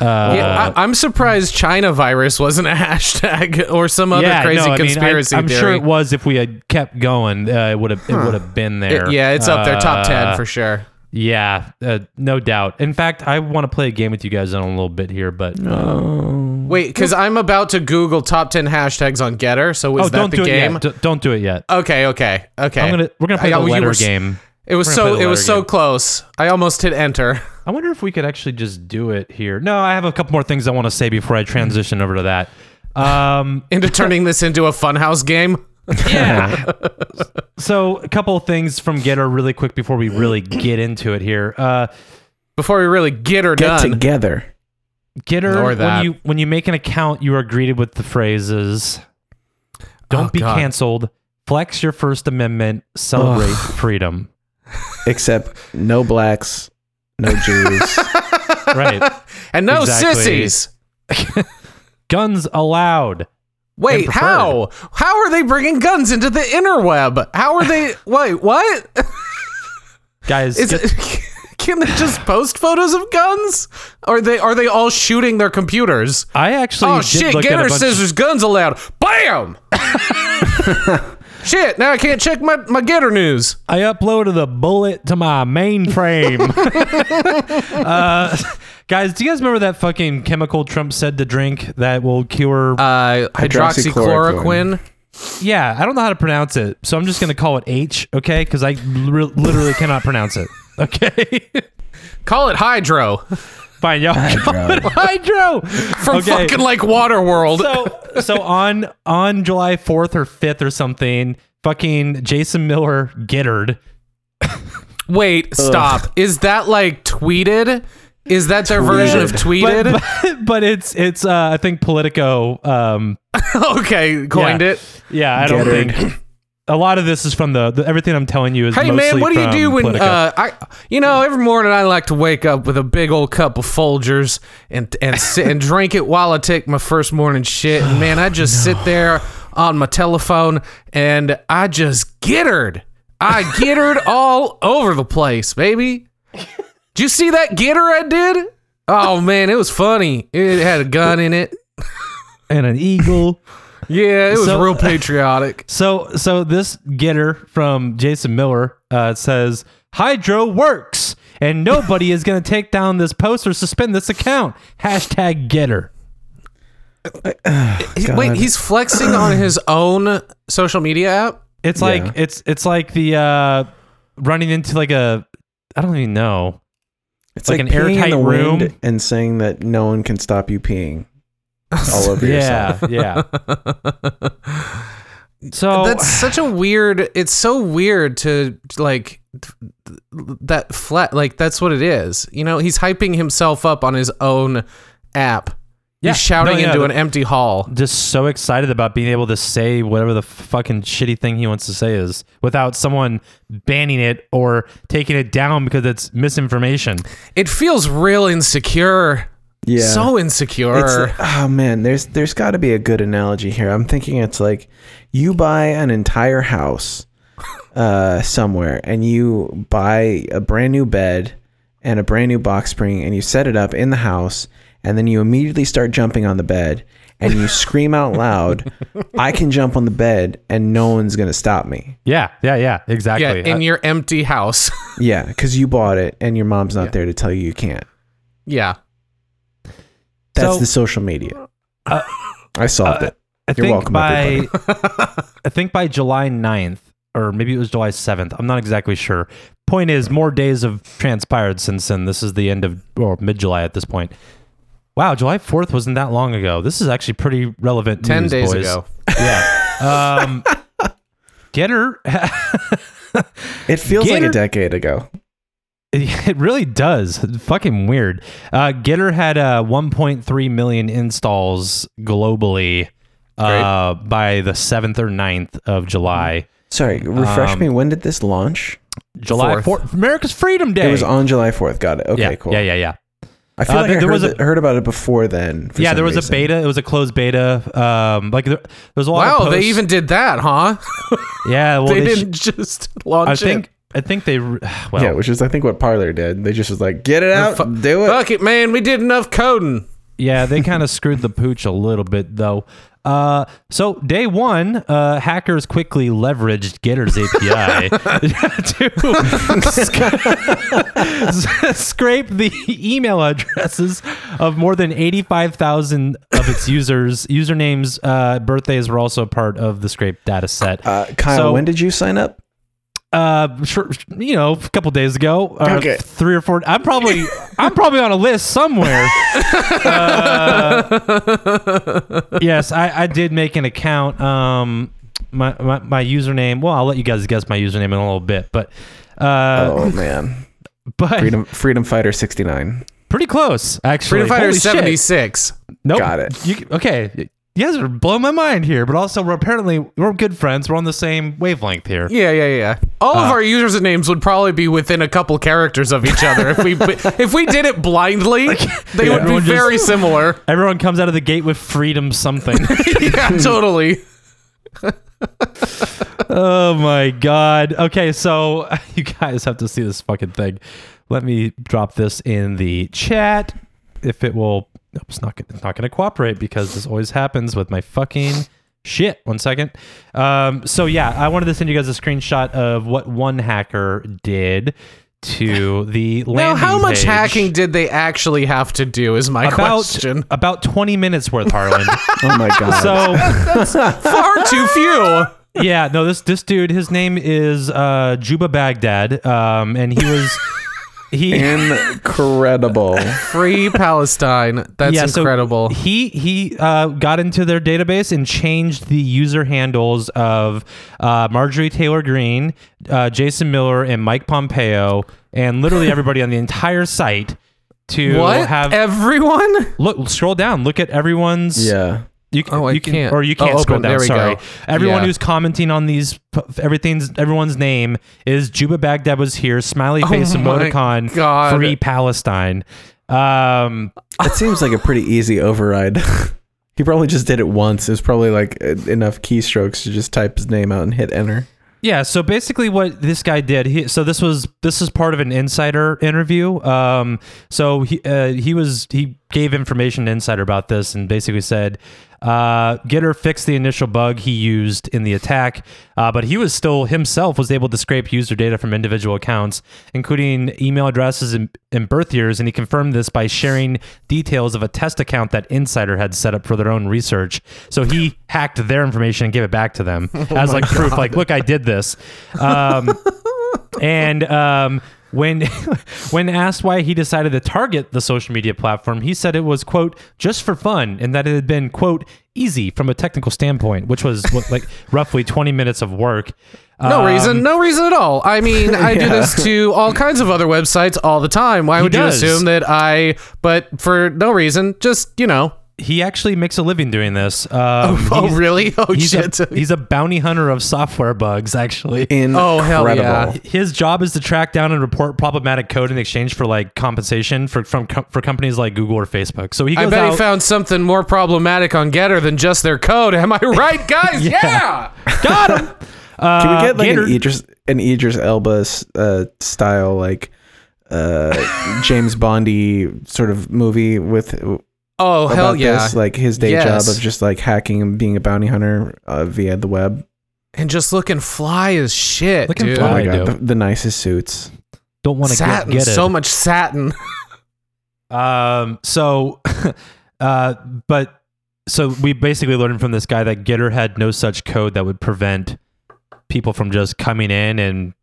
Speaker 3: Uh,
Speaker 4: Yeah, I, I'm surprised China virus wasn't a hashtag or some other
Speaker 3: yeah,
Speaker 4: crazy
Speaker 3: no, I mean, I-
Speaker 4: conspiracy
Speaker 3: I'm
Speaker 4: theory.
Speaker 3: sure it was if we had kept going, uh, it would have it would have been there.
Speaker 4: yeah, it's up there, top ten
Speaker 3: Uh,
Speaker 4: for sure.
Speaker 3: Yeah, uh, no doubt. In fact, I want to play a game with you guys in a little bit here, but
Speaker 4: Wait, because I'm about to Google top ten hashtags on Getter. So is
Speaker 3: oh,
Speaker 4: that
Speaker 3: don't
Speaker 4: the
Speaker 3: do
Speaker 4: game?
Speaker 3: it yet. D- don't do it yet.
Speaker 4: Okay, okay, okay.
Speaker 3: I'm gonna we're gonna play
Speaker 4: I-
Speaker 3: the
Speaker 4: you
Speaker 3: letter
Speaker 4: were s-
Speaker 3: game.
Speaker 4: It was
Speaker 3: We're gonna
Speaker 4: so
Speaker 3: play the
Speaker 4: it was
Speaker 3: letter
Speaker 4: so
Speaker 3: game.
Speaker 4: close. I almost hit enter.
Speaker 3: I wonder if we could actually just do it here. No, I have a couple more things I want to say before I transition over to that. Um,
Speaker 4: into turning this into a funhouse game.
Speaker 3: so a couple of things from Getter really quick before we really get into it here. Uh,
Speaker 4: Before we really get her
Speaker 5: Get
Speaker 4: done.
Speaker 5: together.
Speaker 3: Getter,
Speaker 4: Ignore
Speaker 3: when
Speaker 4: that.
Speaker 3: you when you make an account, you are greeted with the phrases: "Don't
Speaker 4: Oh,
Speaker 3: be
Speaker 4: God.
Speaker 3: canceled," "Flex your First Amendment," "Celebrate freedom."
Speaker 5: Except no blacks, no Jews.
Speaker 3: Right?
Speaker 4: and no
Speaker 3: Exactly.
Speaker 4: sissies.
Speaker 3: Guns allowed.
Speaker 4: Wait,
Speaker 3: preferred.
Speaker 4: how? How are they bringing guns into the interweb? How are they? wait, what?
Speaker 3: Guys,
Speaker 4: Is
Speaker 3: get-
Speaker 4: it, can they just post photos of guns? Are they are they all shooting their computers?
Speaker 3: I actually
Speaker 4: oh
Speaker 3: did
Speaker 4: shit!
Speaker 3: look at a
Speaker 4: Getter
Speaker 3: bunch-
Speaker 4: says there's guns allowed. Bam! shit! Now I can't check my my Getter news.
Speaker 3: I uploaded a bullet to my mainframe. uh, guys, do you guys remember that fucking chemical Trump said to drink that will cure?
Speaker 4: Uh,
Speaker 5: Hydroxychloroquine.
Speaker 4: hydroxychloroquine.
Speaker 3: yeah, I don't know how to pronounce it, so I'm just gonna call it H, okay? Because I li- literally cannot pronounce it. Okay,
Speaker 4: Call it hydro
Speaker 3: fine, y'all. Call it hydro
Speaker 4: from
Speaker 3: Okay.
Speaker 4: fucking like Waterworld.
Speaker 3: so so on on July 4th or 5th or something, fucking Jason Miller Gittard.
Speaker 4: Wait, stop. Is that like tweeted? Is that their version of tweeted?
Speaker 3: But, but, but it's it's uh, I think Politico um,
Speaker 4: okay, coined
Speaker 3: Yeah.
Speaker 4: it.
Speaker 3: Yeah, I don't
Speaker 5: Gettard.
Speaker 3: think. A lot of this is from the, the everything I'm telling you is.
Speaker 4: Hey
Speaker 3: mostly
Speaker 4: man, what do you
Speaker 3: from
Speaker 4: do when
Speaker 3: Politico.
Speaker 4: uh I you know, every morning I like to wake up with a big old cup of Folgers and and sit and drink it while I take my first morning shit. And man, I just sit there on my telephone and I just gittered. I gittered all over the place, baby. Did you see that gitter I did? Oh man, it was funny. It had a gun in it.
Speaker 3: and an eagle?
Speaker 4: Yeah, it was
Speaker 3: So- uh,
Speaker 4: real patriotic.
Speaker 3: so so this getter from Jason Miller uh, says Hydro works, and nobody is going to take down this post or suspend this account. Hashtag Getter.
Speaker 4: He- Wait, he's flexing on his own social media app?
Speaker 3: It's
Speaker 5: Yeah.
Speaker 3: like it's it's like the uh, running into like a I don't even know.
Speaker 5: It's
Speaker 3: Like
Speaker 5: like,
Speaker 3: an
Speaker 5: peeing in
Speaker 3: airtight
Speaker 5: the
Speaker 3: room.
Speaker 5: wind and saying that no one can stop you peeing all over yourself.
Speaker 3: Yeah, yeah. So
Speaker 4: That's such a weird. It's so weird to like th- th- that flat. Like that's what it is. You know, he's hyping himself up on his own app.
Speaker 3: Yeah.
Speaker 4: He's shouting
Speaker 3: No, yeah,
Speaker 4: into
Speaker 3: the-
Speaker 4: an empty hall.
Speaker 3: just so excited about being able to say whatever the fucking shitty thing he wants to say is without someone banning it or taking it down because it's misinformation.
Speaker 4: It feels real insecure.
Speaker 5: Yeah.
Speaker 4: So insecure.
Speaker 5: It's like- oh man, there's there's got to be a good analogy here. I'm thinking it's like you buy an entire house uh, somewhere, and you buy a brand new bed and a brand new box spring, and you set it up in the house, and then you immediately start jumping on the bed, and you scream out loud, "I can jump on the bed, and no one's gonna stop me."
Speaker 3: Yeah, yeah, yeah, exactly.
Speaker 4: yeah, in your empty house.
Speaker 5: Yeah, because you bought it, and your mom's not there to tell you you can't.
Speaker 4: yeah.
Speaker 5: That's
Speaker 3: So- Uh,
Speaker 5: the social media. I solved it.
Speaker 3: I
Speaker 5: You're
Speaker 3: think
Speaker 5: welcome,
Speaker 3: by I think by July 9th or maybe it was July 7th. I'm not exactly sure. Point is more days have transpired since then. This is the end of or mid-July at this point. Wow, July 4th wasn't that long ago. This is actually pretty relevant
Speaker 4: 10
Speaker 3: news,
Speaker 4: days
Speaker 3: boys.
Speaker 4: ago.
Speaker 3: Yeah. Um Getter
Speaker 5: It feels like
Speaker 3: Gator-
Speaker 5: a decade ago.
Speaker 3: It, it really does. Fucking weird. Uh, Getter had uh, 1.3 million installs globally uh, by the 7th or 9th of July.
Speaker 5: Sorry, refresh
Speaker 3: Um,
Speaker 5: me. When did this launch?
Speaker 3: July
Speaker 4: Fourth.
Speaker 3: 4th. America's Freedom Day.
Speaker 5: It was on July 4th. Got it. Okay,
Speaker 3: yeah,
Speaker 5: cool.
Speaker 3: Yeah, yeah, yeah.
Speaker 5: I feel
Speaker 3: Uh,
Speaker 5: like
Speaker 3: there- there
Speaker 5: I heard,
Speaker 3: was a-
Speaker 5: that- heard about it before then. for
Speaker 3: yeah,
Speaker 5: some
Speaker 3: there was
Speaker 5: reason.
Speaker 3: a beta. It was a closed beta. Um, like there, there was a lot.
Speaker 4: Wow,
Speaker 3: of
Speaker 4: they
Speaker 3: posts.
Speaker 4: even did that, huh?
Speaker 3: yeah. Well,
Speaker 4: they,
Speaker 3: they sh-
Speaker 4: didn't just launch
Speaker 3: I
Speaker 4: it.
Speaker 3: think I think they re- well
Speaker 5: Yeah, which is I think what Parlor did. They just was like, get it out,
Speaker 4: fu-
Speaker 5: do it.
Speaker 4: Fuck it, man. We did enough coding.
Speaker 3: Yeah, they kind of screwed the pooch a little bit though. Uh, so day one, uh, hackers quickly leveraged Getter's API to sc- scrape the email addresses of more than eighty-five thousand of its users. Usernames, uh, birthdays were also part of the scraped data set.
Speaker 5: Uh, Kyle,
Speaker 3: So-
Speaker 5: when did you sign up?
Speaker 3: uh sure, you know a couple days ago or
Speaker 5: Okay.
Speaker 3: three or four i'm probably i'm probably on a list somewhere Uh, yes i i did make an account um my, my my username well i'll let you guys guess my username in a little bit but uh
Speaker 5: oh man,
Speaker 3: but
Speaker 5: Freedom Freedom Fighter sixty nine.
Speaker 3: pretty close actually
Speaker 4: Freedom Fighter
Speaker 3: Holy shit.
Speaker 4: 76.
Speaker 3: Nope.
Speaker 5: Got it.
Speaker 3: You, okay you guys are blowing my mind here but also we're apparently we're good friends we're on the same wavelength here
Speaker 4: Yeah, yeah, yeah. All
Speaker 3: Uh.
Speaker 4: of our users' names would probably be within a couple characters of each other if we if we did it blindly. They would be
Speaker 3: everyone just-
Speaker 4: very similar.
Speaker 3: everyone comes out of the gate with freedom something
Speaker 4: yeah, totally.
Speaker 3: Oh my god. Okay, so you guys have to see this fucking thing. Let me drop this in the chat if it will nope, it's not gonna- it's not going to cooperate because this always happens with my fucking shit. One second. Um so yeah, I wanted to send you guys a screenshot of what one hacker did to the landing
Speaker 4: Now, how much
Speaker 3: page.
Speaker 4: hacking did they actually have to do? Is my
Speaker 3: about
Speaker 4: question.
Speaker 3: about 20 minutes worth, Harlan.
Speaker 5: Oh my god.
Speaker 3: so
Speaker 4: Far too few.
Speaker 3: yeah, no, this this dude, his name is uh, Juba Baghdad, um, and he was he.
Speaker 5: Incredible.
Speaker 4: Free Palestine. That's
Speaker 3: yeah, so
Speaker 4: incredible.
Speaker 3: he he uh, got into their database and changed the user handles of uh, Marjorie Taylor Greene, uh, Jason Miller, and Mike Pompeo, and literally everybody on the entire site to
Speaker 4: what?
Speaker 3: have
Speaker 4: Everyone?
Speaker 3: look scroll down, look at everyone's
Speaker 5: yeah.
Speaker 3: You can,
Speaker 4: Oh, I
Speaker 3: you can,
Speaker 4: can't.
Speaker 3: or you
Speaker 4: Oh,
Speaker 3: can't scroll
Speaker 4: open.
Speaker 3: down.
Speaker 4: There we
Speaker 3: sorry,
Speaker 4: go.
Speaker 3: everyone
Speaker 4: Yeah.
Speaker 3: who's commenting on these, p- everything's everyone's name is Juba Baghdad was here. Smiley face
Speaker 4: Oh my
Speaker 3: emoticon.
Speaker 4: God.
Speaker 3: Free Palestine. Um,
Speaker 5: That seems like a pretty easy override. he probably just did it once. It was probably like uh, enough keystrokes to just type his name out and hit enter.
Speaker 3: yeah. So basically, what this guy did. He, so this was this is part of an insider interview. Um, so he uh, he was he gave information to Insider about this and basically said. Uh, Gitter fixed the initial bug he used in the attack, uh, but he was still himself was able to scrape user data from individual accounts, including email addresses and, and birth years, and he confirmed this by sharing details of a test account that Insider had set up for their own research. So he hacked their information and gave it back to them as like proof, like, look, I did this. Um, and um, when when asked why he decided to target the social media platform, he said it was quote just for fun, and that it had been quote easy from a technical standpoint, which was what, like roughly twenty minutes of work.
Speaker 4: No
Speaker 3: Um,
Speaker 4: reason. No reason at all. I mean, I do this to all kinds of other websites all the time. Why would
Speaker 3: does.
Speaker 4: you assume that I, but for no reason, just, you know.
Speaker 3: He actually makes a living doing this. Um,
Speaker 4: Oh,
Speaker 3: he's-
Speaker 4: really? Oh,
Speaker 3: He's
Speaker 4: shit.
Speaker 3: a, he's a bounty hunter of software bugs, actually.
Speaker 5: Incredible.
Speaker 4: Oh, hell yeah.
Speaker 3: his job is to track down and report problematic code in exchange for like compensation for from com- for companies like Google or Facebook. So he goes
Speaker 4: I bet
Speaker 3: out,
Speaker 4: he found something more problematic on Getter than just their code. Am I right, guys? yeah.
Speaker 3: got him.
Speaker 5: Can we get like
Speaker 3: uh, Gator-
Speaker 5: an Idris an Idris Elba uh, style like uh, James Bondy sort of movie with uh,
Speaker 4: Oh, hell
Speaker 5: about
Speaker 4: yeah.
Speaker 5: this, like his day
Speaker 4: Yes.
Speaker 5: job of just like hacking and being a bounty hunter uh, via the web.
Speaker 4: and just looking fly as shit,
Speaker 3: Looking
Speaker 4: dude.
Speaker 5: Oh my
Speaker 3: I
Speaker 5: god,
Speaker 3: do.
Speaker 5: the, the nicest suits.
Speaker 3: Don't want to get,
Speaker 4: Satin,
Speaker 3: get it.
Speaker 4: so much satin.
Speaker 3: Um, so, uh, but so we basically learned from this guy that Gitter had no such code that would prevent people from just coming in and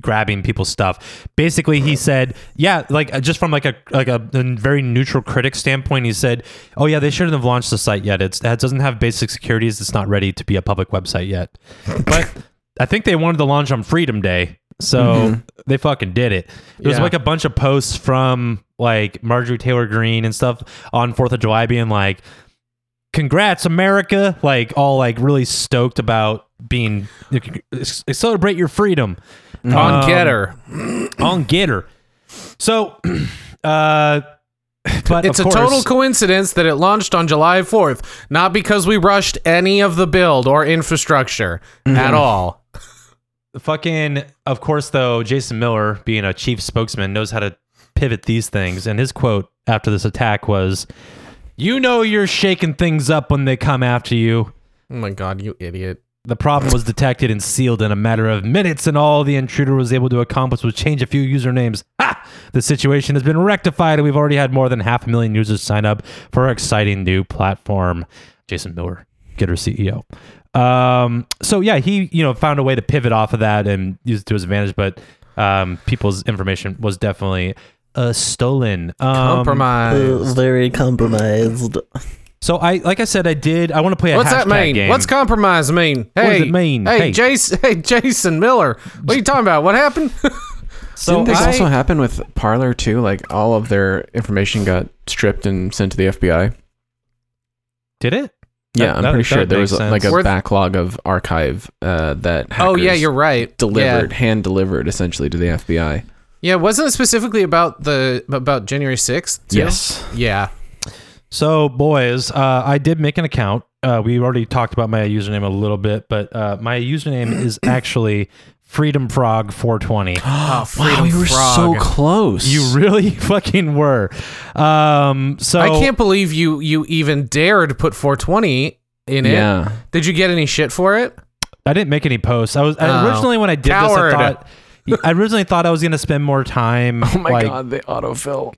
Speaker 3: grabbing people's stuff. Basically, he said, yeah, like uh, just from like a like a, a very neutral critic standpoint, he said, oh yeah, they shouldn't have launched the site yet. It's, it doesn't have basic securities. It's not ready to be a public website yet. But I think they wanted to launch on Freedom Day, so they fucking did it. There's
Speaker 4: Mm-hmm. Yeah.
Speaker 3: like a bunch of posts from like Marjorie Taylor Greene and stuff on Fourth of July being like. Congrats, America! Like all, like really stoked about being celebrate your freedom
Speaker 4: Mm-hmm.
Speaker 3: Um,
Speaker 4: on Getter.
Speaker 3: on Getter. So, uh, But
Speaker 4: It's
Speaker 3: of
Speaker 4: a total
Speaker 3: course-
Speaker 4: coincidence that it launched on July 4th, not because we rushed any of the build or infrastructure
Speaker 3: Mm.
Speaker 4: at all.
Speaker 3: fucking of course though jason miller being a chief spokesman knows how to pivot these things and his quote after this attack was you know you're shaking things up when they come after you
Speaker 4: Oh my god, you idiot.
Speaker 3: the problem was detected and sealed in a matter of minutes and all the intruder was able to accomplish was change a few usernames ha the situation has been rectified and we've already had more than half a million users sign up for our exciting new platform jason miller getter ceo um, so yeah, he you know found a way to pivot off of that and use it to his advantage, but um, people's information was definitely uh, stolen. Um,
Speaker 4: Compromise.
Speaker 7: very compromised.
Speaker 3: Um, So I like I said, I did. I want to play a
Speaker 4: What's that
Speaker 3: hashtag
Speaker 4: mean?
Speaker 3: game.
Speaker 4: What's compromise mean? Hey,
Speaker 3: does it mean?
Speaker 4: Hey,
Speaker 3: Hey.
Speaker 4: Jason, hey, Jason Miller. What are you talking about? What happened?
Speaker 3: so
Speaker 5: Didn't this
Speaker 3: I-
Speaker 5: also happen with Parlor too? Like all of their information got stripped and sent to the FBI.
Speaker 3: did it?
Speaker 5: Yeah, I'm
Speaker 3: that-
Speaker 5: pretty
Speaker 3: that
Speaker 5: sure there
Speaker 3: makes
Speaker 5: was like a
Speaker 3: sense.
Speaker 4: We're-
Speaker 5: backlog of archive uh, that.
Speaker 4: oh yeah,
Speaker 5: hackers
Speaker 4: you're right.
Speaker 5: delivered,
Speaker 4: Yeah.
Speaker 5: hand delivered, essentially to the FBI.
Speaker 4: Yeah, wasn't it specifically about the about January 6th? too?
Speaker 5: Yes,
Speaker 4: Yeah.
Speaker 3: So, boys, uh, I did make an account. Uh, we already talked about my username a little bit, but uh, my username is actually Freedom Frog 420.
Speaker 4: Oh, freedom frog.
Speaker 5: close.
Speaker 3: You really fucking were. Um, so
Speaker 4: I can't believe you you even dared put 420 in it.
Speaker 5: yeah.
Speaker 4: Did you get any shit for it?
Speaker 3: I didn't make any posts. I was I
Speaker 4: Oh.
Speaker 3: originally when I did
Speaker 4: Coward.
Speaker 3: this, I thought. I originally thought I was going to spend more time
Speaker 5: Oh my
Speaker 3: like
Speaker 5: god, the autofill.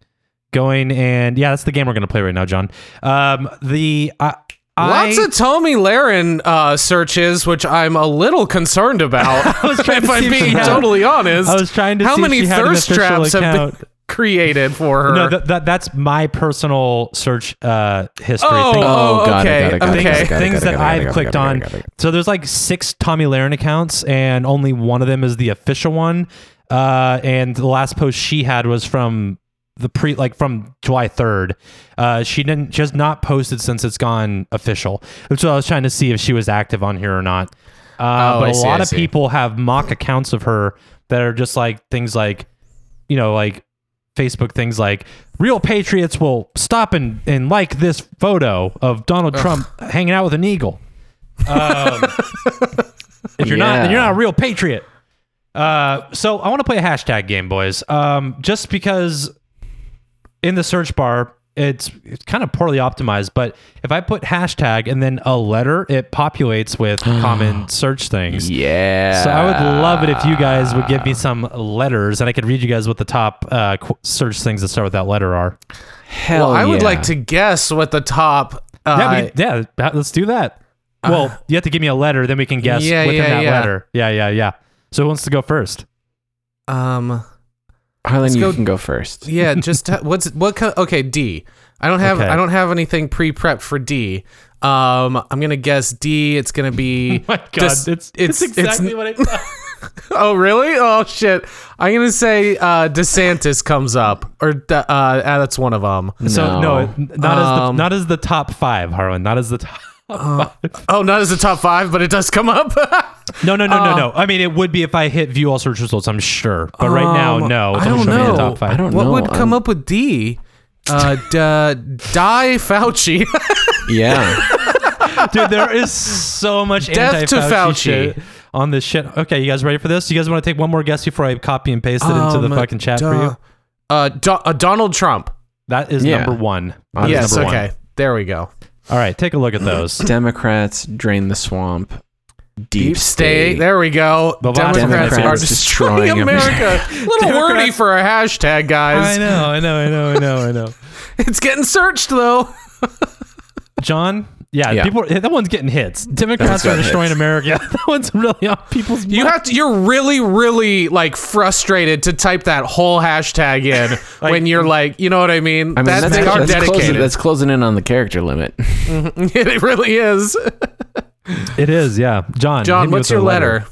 Speaker 3: going and yeah, that's the game we're going to play right now, John. Um, the I, I,
Speaker 4: Lots of Tommy Laren uh, searches, which I'm a little concerned about.
Speaker 3: I was trying to
Speaker 4: if
Speaker 3: see
Speaker 4: I'm
Speaker 3: if she
Speaker 4: being
Speaker 3: had-
Speaker 4: totally honest,
Speaker 3: I was trying to
Speaker 4: how
Speaker 3: see if
Speaker 4: many
Speaker 3: she had an
Speaker 4: thirst
Speaker 3: official
Speaker 4: traps have
Speaker 3: account.
Speaker 4: been created for her?
Speaker 3: No, that, that that's my personal search uh, history.
Speaker 4: oh,
Speaker 3: Things-
Speaker 4: oh,
Speaker 5: Oh, got it,
Speaker 4: okay,
Speaker 5: got it, got it,
Speaker 4: okay.
Speaker 5: got it, got it.
Speaker 3: Things that
Speaker 5: got it, got
Speaker 3: I've
Speaker 5: it,
Speaker 3: clicked
Speaker 5: got it,
Speaker 3: on.
Speaker 5: got it, got it.
Speaker 3: So there's like six Tommy Laren accounts, and only one of them is the official one. Uh, and the last post she had was from the pre, like from July 3rd. Uh, she didn't just not posted since it's gone official. So I was trying to see if she was active on here or not. Uh,
Speaker 4: Oh,
Speaker 3: but
Speaker 4: I
Speaker 3: a
Speaker 4: see,
Speaker 3: lot
Speaker 4: I
Speaker 3: of
Speaker 4: see.
Speaker 3: people have mock accounts of her that are just like things like, you know, like Facebook things like real patriots will stop and, and like this photo of Donald Trump hanging out with an eagle. Um, if you're not, then you're not a real patriot. Uh, so I want to play a hashtag game, boys. Um, just because in the search bar, it's it's kind of poorly optimized, but if I put hashtag and then a letter, it populates with common search things.
Speaker 5: Yeah.
Speaker 3: So I would love it if you guys would give me some letters, and I could read you guys what the top uh, qu- search things that start with that letter are.
Speaker 5: Hell
Speaker 4: Well, I would
Speaker 5: yeah.
Speaker 4: like to guess what the top. Uh,
Speaker 3: yeah, we, yeah, ha- let's do that. Well, you have to give me a letter, then we can guess
Speaker 4: Yeah,
Speaker 3: within
Speaker 4: yeah,
Speaker 3: that
Speaker 4: yeah.
Speaker 3: letter. Yeah, yeah, yeah. So who wants to go first?
Speaker 4: um.
Speaker 5: Harlan,
Speaker 4: Let's
Speaker 5: you
Speaker 4: go-
Speaker 5: can go first.
Speaker 4: Yeah. Just t- what's what? Co- okay. D. I don't have
Speaker 3: Okay.
Speaker 4: I don't have anything pre prepped for D. Um. I'm gonna guess D. It's gonna be.
Speaker 3: Oh My God,
Speaker 4: Dis-
Speaker 3: it's,
Speaker 4: it's-
Speaker 3: it's
Speaker 4: it's-
Speaker 3: exactly what I thought.
Speaker 4: oh really? Oh shit. I'm gonna say uh, DeSantis comes up or da- uh, ah, that's one of them.
Speaker 3: So no,
Speaker 5: No.
Speaker 3: it- n- not as the,
Speaker 4: Um,
Speaker 3: not as the top five, Harlan. Not as the top.
Speaker 4: Oh, not as a top five, but it does come up.
Speaker 3: No, no, no, no,
Speaker 4: Uh,
Speaker 3: no. I mean, it would be if I hit view all search results. I'm sure, but right now,
Speaker 4: Um,
Speaker 3: no. It's
Speaker 4: I
Speaker 3: only
Speaker 4: don't
Speaker 3: showing Oh, me the
Speaker 4: know.
Speaker 3: top five.
Speaker 5: I don't
Speaker 4: what
Speaker 5: know.
Speaker 4: would come up with D? Uh, da, die Fauci.
Speaker 5: Yeah.
Speaker 3: Dude, there is so much
Speaker 4: Death
Speaker 3: anti
Speaker 4: to
Speaker 3: Fauci
Speaker 4: Fauci.
Speaker 3: shit on this shit. Okay, you guys ready for this? You guys want to take one more guess before I copy and paste it into the
Speaker 4: Um,
Speaker 3: fucking chat for
Speaker 4: duh.
Speaker 3: you?
Speaker 4: Uh, Do- uh, Donald Trump.
Speaker 3: That is
Speaker 5: Yeah.
Speaker 3: number one. That is
Speaker 4: yes.
Speaker 3: number one.
Speaker 4: Okay. There we go.
Speaker 3: All right, take a look at those.
Speaker 5: Democrats drain the swamp. Deep,
Speaker 4: State. There we go.
Speaker 3: The last one
Speaker 4: Democrats
Speaker 3: that
Speaker 4: are
Speaker 3: is
Speaker 5: destroying
Speaker 4: destroying America. A little wordy
Speaker 3: Democrats-
Speaker 4: for a hashtag,
Speaker 3: I
Speaker 4: guys.
Speaker 3: know, I know, I know, I know, I know.
Speaker 4: It's getting searched though.
Speaker 3: John. Yeah,
Speaker 5: Yeah.
Speaker 3: people. eh, That one's getting hits. Democrats
Speaker 5: That's
Speaker 3: are
Speaker 5: got
Speaker 3: destroying America. That one's really on people's.
Speaker 4: You have to. You're really, really like frustrated to type that whole hashtag in when you're like, you know what I mean?
Speaker 5: I mean,
Speaker 4: that,
Speaker 5: that's,
Speaker 4: they are
Speaker 5: that's, closing,
Speaker 4: dedicated.
Speaker 5: that's closing in on the character limit.
Speaker 4: it really is.
Speaker 3: It is. Yeah, John. hit
Speaker 4: John,
Speaker 3: me
Speaker 4: what's
Speaker 3: with
Speaker 4: your
Speaker 3: a
Speaker 4: letter?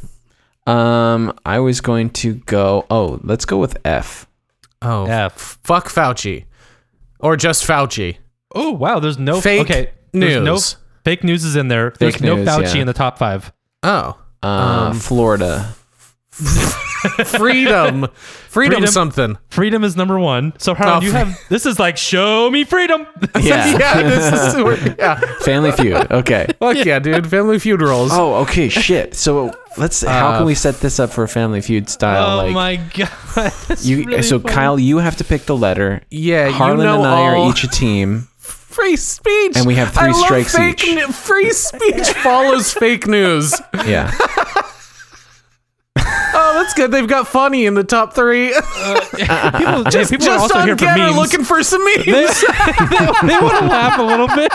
Speaker 5: Um, I was going to go. Oh, let's go with F.
Speaker 4: Oh,
Speaker 3: F.
Speaker 4: fuck Fauci, or just Fauci.
Speaker 3: Oh wow, there's no
Speaker 4: Fake
Speaker 3: okay, there's no-
Speaker 4: news.
Speaker 3: fake news is in there.
Speaker 5: Fake
Speaker 3: there's no
Speaker 5: news,
Speaker 3: Fauci
Speaker 5: yeah.
Speaker 3: in the top five.
Speaker 4: Oh,
Speaker 5: Uh, Florida.
Speaker 4: freedom, freedom,
Speaker 3: Freedom.
Speaker 4: something.
Speaker 3: Freedom is number one. So Harold,
Speaker 4: Oh,
Speaker 3: you
Speaker 4: free-
Speaker 3: have this is like show me freedom.
Speaker 5: Yeah.
Speaker 4: Yeah, this is where- yeah.
Speaker 5: Family Feud. Okay.
Speaker 4: Fuck yeah, dude. Family feud rules.
Speaker 5: Oh, okay. Shit. So let's. how can we set this up for a Family Feud style?
Speaker 3: oh
Speaker 5: like
Speaker 3: my god. That's
Speaker 5: you.
Speaker 3: really
Speaker 5: so
Speaker 3: funny.
Speaker 5: Kyle, you have to pick the letter.
Speaker 4: Yeah, you
Speaker 5: Harlan
Speaker 4: know
Speaker 5: and I
Speaker 4: all-
Speaker 5: are each a team.
Speaker 4: Free speech.
Speaker 5: And we have three
Speaker 4: I love
Speaker 5: strikes
Speaker 4: fake
Speaker 5: each.
Speaker 4: nu- free speech follows fake news.
Speaker 5: Yeah.
Speaker 4: Oh, that's good. They've got funny in the top three.
Speaker 3: people, yeah, people are
Speaker 4: Just
Speaker 3: also
Speaker 4: on
Speaker 3: here for
Speaker 4: Getter
Speaker 3: memes.
Speaker 4: looking for some memes.
Speaker 3: they want to laugh a little bit.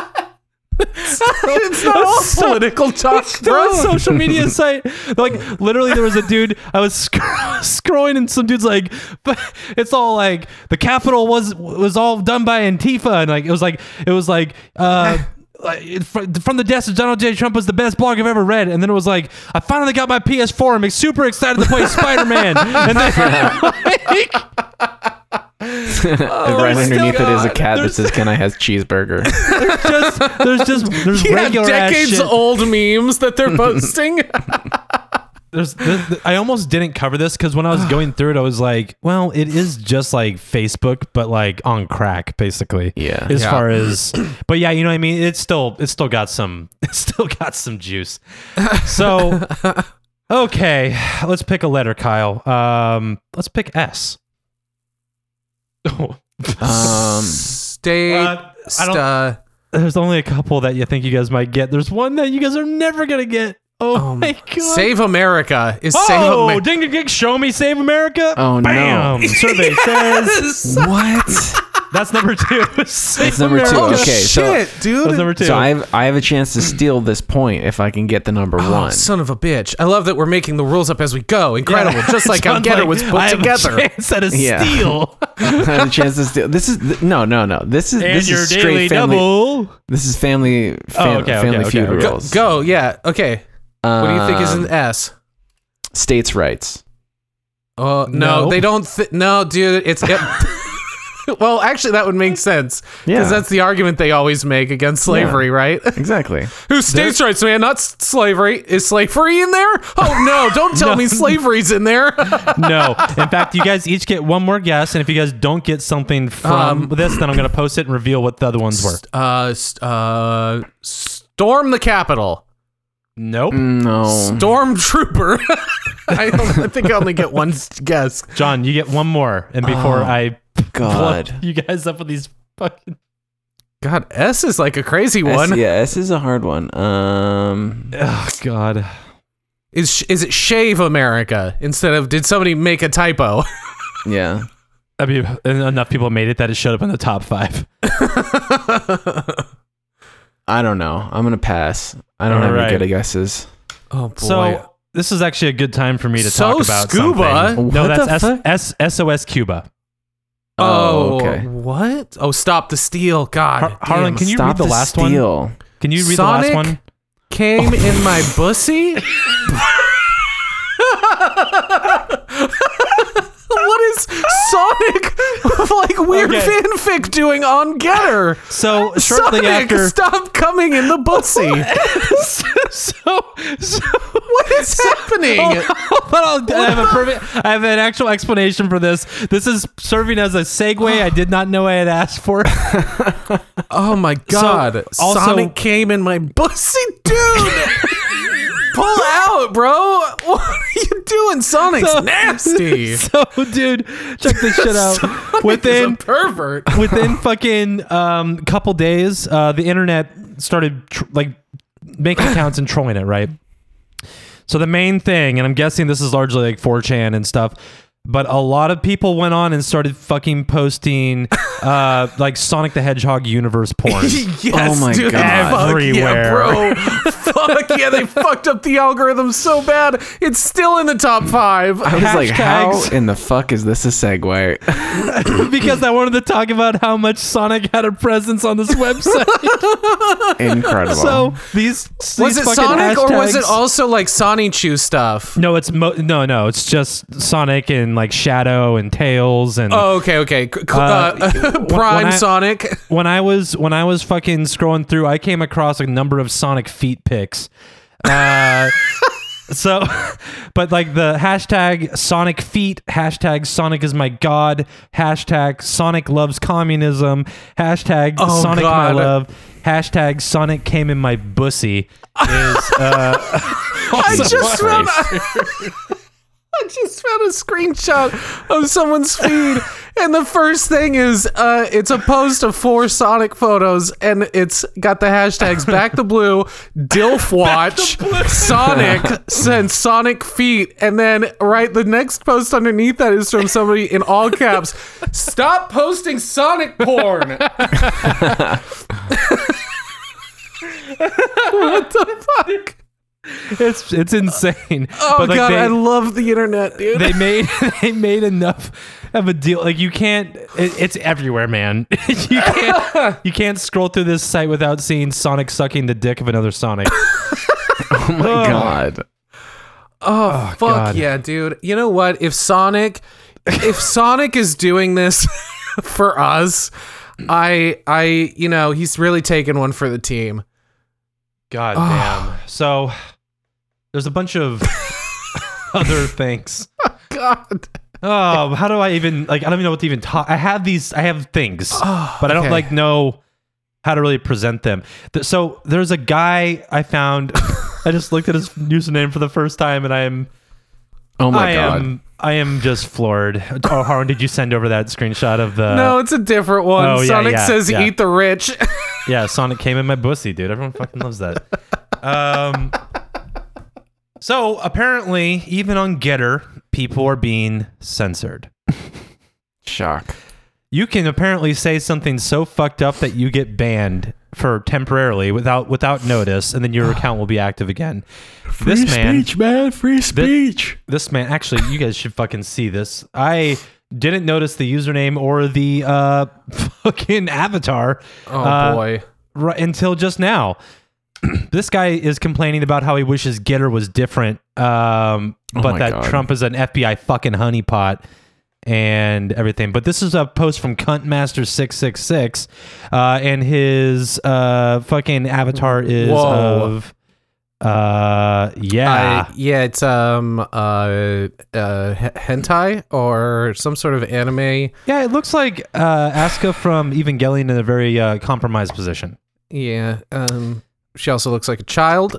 Speaker 4: it's not all political talk,
Speaker 3: They're
Speaker 4: bro.
Speaker 3: on a social media site. Like literally, there was a dude I was sc- scrolling, and some dude's like, "But it's all like the capital was was all done by Antifa, and like it was like it was like." uh like, it- fr- From the desk of Donald J. Trump was the best blog I've ever read, and then it was like I finally got my PS4. I'm super excited to play Spider Man, and then like,
Speaker 5: and right
Speaker 3: there's Oh, still-
Speaker 5: underneath it is a
Speaker 3: God,
Speaker 5: cat that
Speaker 3: there's-
Speaker 5: says, "Can I have cheeseburger?"
Speaker 3: just there's just there's
Speaker 4: yeah,
Speaker 3: regular ass
Speaker 4: decades
Speaker 3: shit.
Speaker 4: old memes that they're posting.
Speaker 3: there's, there's th- I almost didn't cover this because when I was going through it, I was like, well, it is just like Facebook, but like on crack, basically.
Speaker 5: Yeah.
Speaker 3: As far as, but yeah, you know what I mean. It's still it's still got some it's still got some juice. So okay, let's pick a letter, Kyle. Um, let's pick S. Oh,
Speaker 5: um.
Speaker 4: State.
Speaker 3: Uh, I don't-
Speaker 4: sta-
Speaker 3: there's only a couple that you think you guys might get. There's one that you guys are never gonna get. Oh, my god!
Speaker 4: Um, Save America is Save Uh,
Speaker 3: oh,
Speaker 4: America.
Speaker 3: ding ding ding! Show me Save America.
Speaker 5: Oh, no.
Speaker 3: Bam! Survey says
Speaker 5: What?
Speaker 3: that's number two. That's
Speaker 5: number two, okay, so-
Speaker 4: Shit, dude.
Speaker 3: That's Oh, number two.
Speaker 5: So I have I have a chance to steal this point if I can get the number one.
Speaker 4: Oh, son of a bitch. I love that we're making the rules up as we go. Incredible. Just like how
Speaker 3: Sounds
Speaker 4: Getter was put
Speaker 3: I have
Speaker 4: together.
Speaker 3: A chance at a
Speaker 5: Yeah.
Speaker 3: steal.
Speaker 5: I have a chance to steal. This is th- no, no, no. This is
Speaker 3: and
Speaker 5: this
Speaker 3: your
Speaker 5: is straight
Speaker 3: daily
Speaker 5: family.
Speaker 3: double.
Speaker 5: This is family fam-
Speaker 3: Oh, okay, okay,
Speaker 5: family
Speaker 3: okay,
Speaker 5: feud
Speaker 3: okay.
Speaker 4: Go,
Speaker 5: rules.
Speaker 4: go, yeah. Okay. What do you think is
Speaker 5: Um,
Speaker 4: an S?
Speaker 5: states' rights?
Speaker 4: Oh no,
Speaker 3: no.
Speaker 4: they don't. Th- no, dude, it's. it- well, actually, that would make sense
Speaker 5: Yeah.
Speaker 4: because that's the argument they always make against slavery, right?
Speaker 5: Exactly.
Speaker 4: Who's states' rights, man? Not s- slavery. Is slavery in there? Oh no! Don't tell me slavery's in there.
Speaker 3: No. In fact, you guys each get one more guess, and if you guys don't get something from this, then I'm gonna post it and reveal what the other ones were.
Speaker 4: uh, st- uh, storm the Capitol.
Speaker 3: Nope.
Speaker 5: No.
Speaker 4: Stormtrooper. I, don't- I think I only get one s- guess.
Speaker 3: John, you get one more, and before I
Speaker 5: God.
Speaker 3: blow you guys up with these fucking.
Speaker 4: God, S is like a crazy
Speaker 5: S,
Speaker 4: one.
Speaker 5: yeah, this is a hard one. Um,
Speaker 3: Oh God.
Speaker 4: Is sh- is it shave America instead of did somebody make a typo?
Speaker 5: yeah.
Speaker 3: I mean, en- enough people made it that it showed up in the top five.
Speaker 5: I don't know. I'm gonna pass. I don't have
Speaker 3: Alright.
Speaker 5: any good guesses.
Speaker 4: Oh boy.
Speaker 3: So this is actually a good time for me to
Speaker 4: So
Speaker 3: talk about
Speaker 4: scuba?
Speaker 3: something.
Speaker 5: What
Speaker 3: no,
Speaker 5: the
Speaker 3: that's
Speaker 5: fuck?
Speaker 3: S- S- SOS Cuba.
Speaker 4: Oh,
Speaker 5: okay.
Speaker 4: what? Oh, stop the steal. God.
Speaker 3: Har- Harlan,
Speaker 4: damn.
Speaker 3: can you
Speaker 5: Stop
Speaker 3: read the
Speaker 5: the
Speaker 3: last one?
Speaker 5: steal.
Speaker 3: Can you read
Speaker 4: Sonic?
Speaker 3: the last one?
Speaker 4: Came in my bussy? what is Sonic with, like weird
Speaker 3: Okay.
Speaker 4: fanfic doing on Getter?
Speaker 3: So shortly
Speaker 4: Sonic,
Speaker 3: after,
Speaker 4: stop coming in the bussy.
Speaker 3: so so.
Speaker 4: what is happening?
Speaker 3: But I'll, I have a perfect, I have an actual explanation for this. This is serving as a segue. I did not know I had asked for.
Speaker 4: Oh my god.
Speaker 3: also-
Speaker 4: Sonic came in my bussy, dude. Pull out, bro. What are you doing? Sonic's
Speaker 3: So-
Speaker 4: nasty.
Speaker 3: so, dude, check this shit out. Within
Speaker 4: He's a pervert.
Speaker 3: within fucking um couple days uh the internet started tr- like making accounts and trolling it right so the main thing and i'm guessing this is largely like 4chan and stuff but a lot of people went on and started fucking posting uh like sonic the hedgehog universe porn
Speaker 4: yes,
Speaker 5: Oh my
Speaker 4: dude.
Speaker 5: God.
Speaker 4: Fuck yeah,
Speaker 3: Everywhere.
Speaker 4: bro. Fuck yeah, they fucked up the algorithm so bad. It's still in the top five.
Speaker 5: I was like, how
Speaker 3: Hashtags.
Speaker 5: in the fuck is this a segue?
Speaker 3: because i wanted to talk about how much sonic had a presence on this website
Speaker 5: Incredible.
Speaker 3: so these,
Speaker 4: was
Speaker 3: these
Speaker 4: it
Speaker 3: fucking
Speaker 4: Sonic or was it
Speaker 3: hashtags-
Speaker 4: also like Sonic Chew stuff?
Speaker 3: no, it's mo- no, no. It's just Sonic and like Shadow and Tails and
Speaker 4: Oh, okay, okay. C- c- uh, Prime
Speaker 3: when I-
Speaker 4: Sonic.
Speaker 3: when I was when I was fucking scrolling through, I came across a number of Sonic feet pics. Uh, So, but like the hashtag Sonic Feet, hashtag Sonic is my God, hashtag Sonic loves communism, hashtag
Speaker 6: Oh,
Speaker 3: Sonic my
Speaker 6: God.
Speaker 3: love, hashtag Sonic came in my bussy.
Speaker 6: I just found
Speaker 4: I just found a screenshot of someone's feed, and the first thing is uh, it's a post of four Sonic photos, and it's got the hashtags back the blue, Dilf watch, Sonic sends Sonic feet, and then right the next post underneath that is from somebody in all caps. Stop posting Sonic porn. what the fuck?
Speaker 3: It's it's insane.
Speaker 4: Oh
Speaker 3: But, like,
Speaker 4: god,
Speaker 3: they-
Speaker 4: I love the internet, dude.
Speaker 3: they made they made enough of a deal like you can't it, it's everywhere man you can't you can't scroll through this site without seeing sonic sucking the dick of another sonic
Speaker 5: Oh my god.
Speaker 4: Oh, fuck
Speaker 3: God.
Speaker 4: yeah, dude. You know what? If Sonic if Sonic is doing this for us, I I you know, he's really taking one for the team.
Speaker 3: god damn so there's a bunch of other things
Speaker 4: God.
Speaker 3: oh how do i even like i don't even know what to even talk i have these i have things
Speaker 4: Oh,
Speaker 3: but i don't
Speaker 4: okay.
Speaker 3: like know how to really present them Th- so there's a guy i found i just looked at his username for the first time and i'm
Speaker 5: Oh my
Speaker 3: I
Speaker 5: god.
Speaker 3: am I am just floored. Oh, Harlan, did you send over that screenshot of the
Speaker 4: No, it's a different one.
Speaker 3: Uh, oh, yeah,
Speaker 4: Sonic
Speaker 3: yeah,
Speaker 4: says
Speaker 3: yeah.
Speaker 4: eat the rich.
Speaker 3: Yeah, Sonic came in my bussy, dude. Everyone fucking loves that. Um So, apparently, even on Getter, people are being censored.
Speaker 5: Shock.
Speaker 3: You can apparently say something so fucked up that you get banned for temporarily without without notice and then your account will be active again. this man
Speaker 5: man. Free
Speaker 3: speech. this man actually you guys should fucking see this i didn't notice the username or the uh fucking avatar
Speaker 4: Oh
Speaker 3: Uh,
Speaker 4: boy.
Speaker 3: right until just now this guy is complaining about how he wishes getter was different um
Speaker 4: Oh
Speaker 3: but
Speaker 5: my
Speaker 3: that
Speaker 5: God.
Speaker 3: trump is an fbi fucking honeypot and everything but this is a post from cuntmaster666 uh and his uh fucking avatar is
Speaker 4: Whoa.
Speaker 3: of uh yeah
Speaker 4: I, yeah, it's um uh uh h- hentai or some sort of anime.
Speaker 3: Yeah, it looks like uh, Asuka from Evangelion in a very uh, compromised position.
Speaker 4: Yeah. Um she also looks like a child.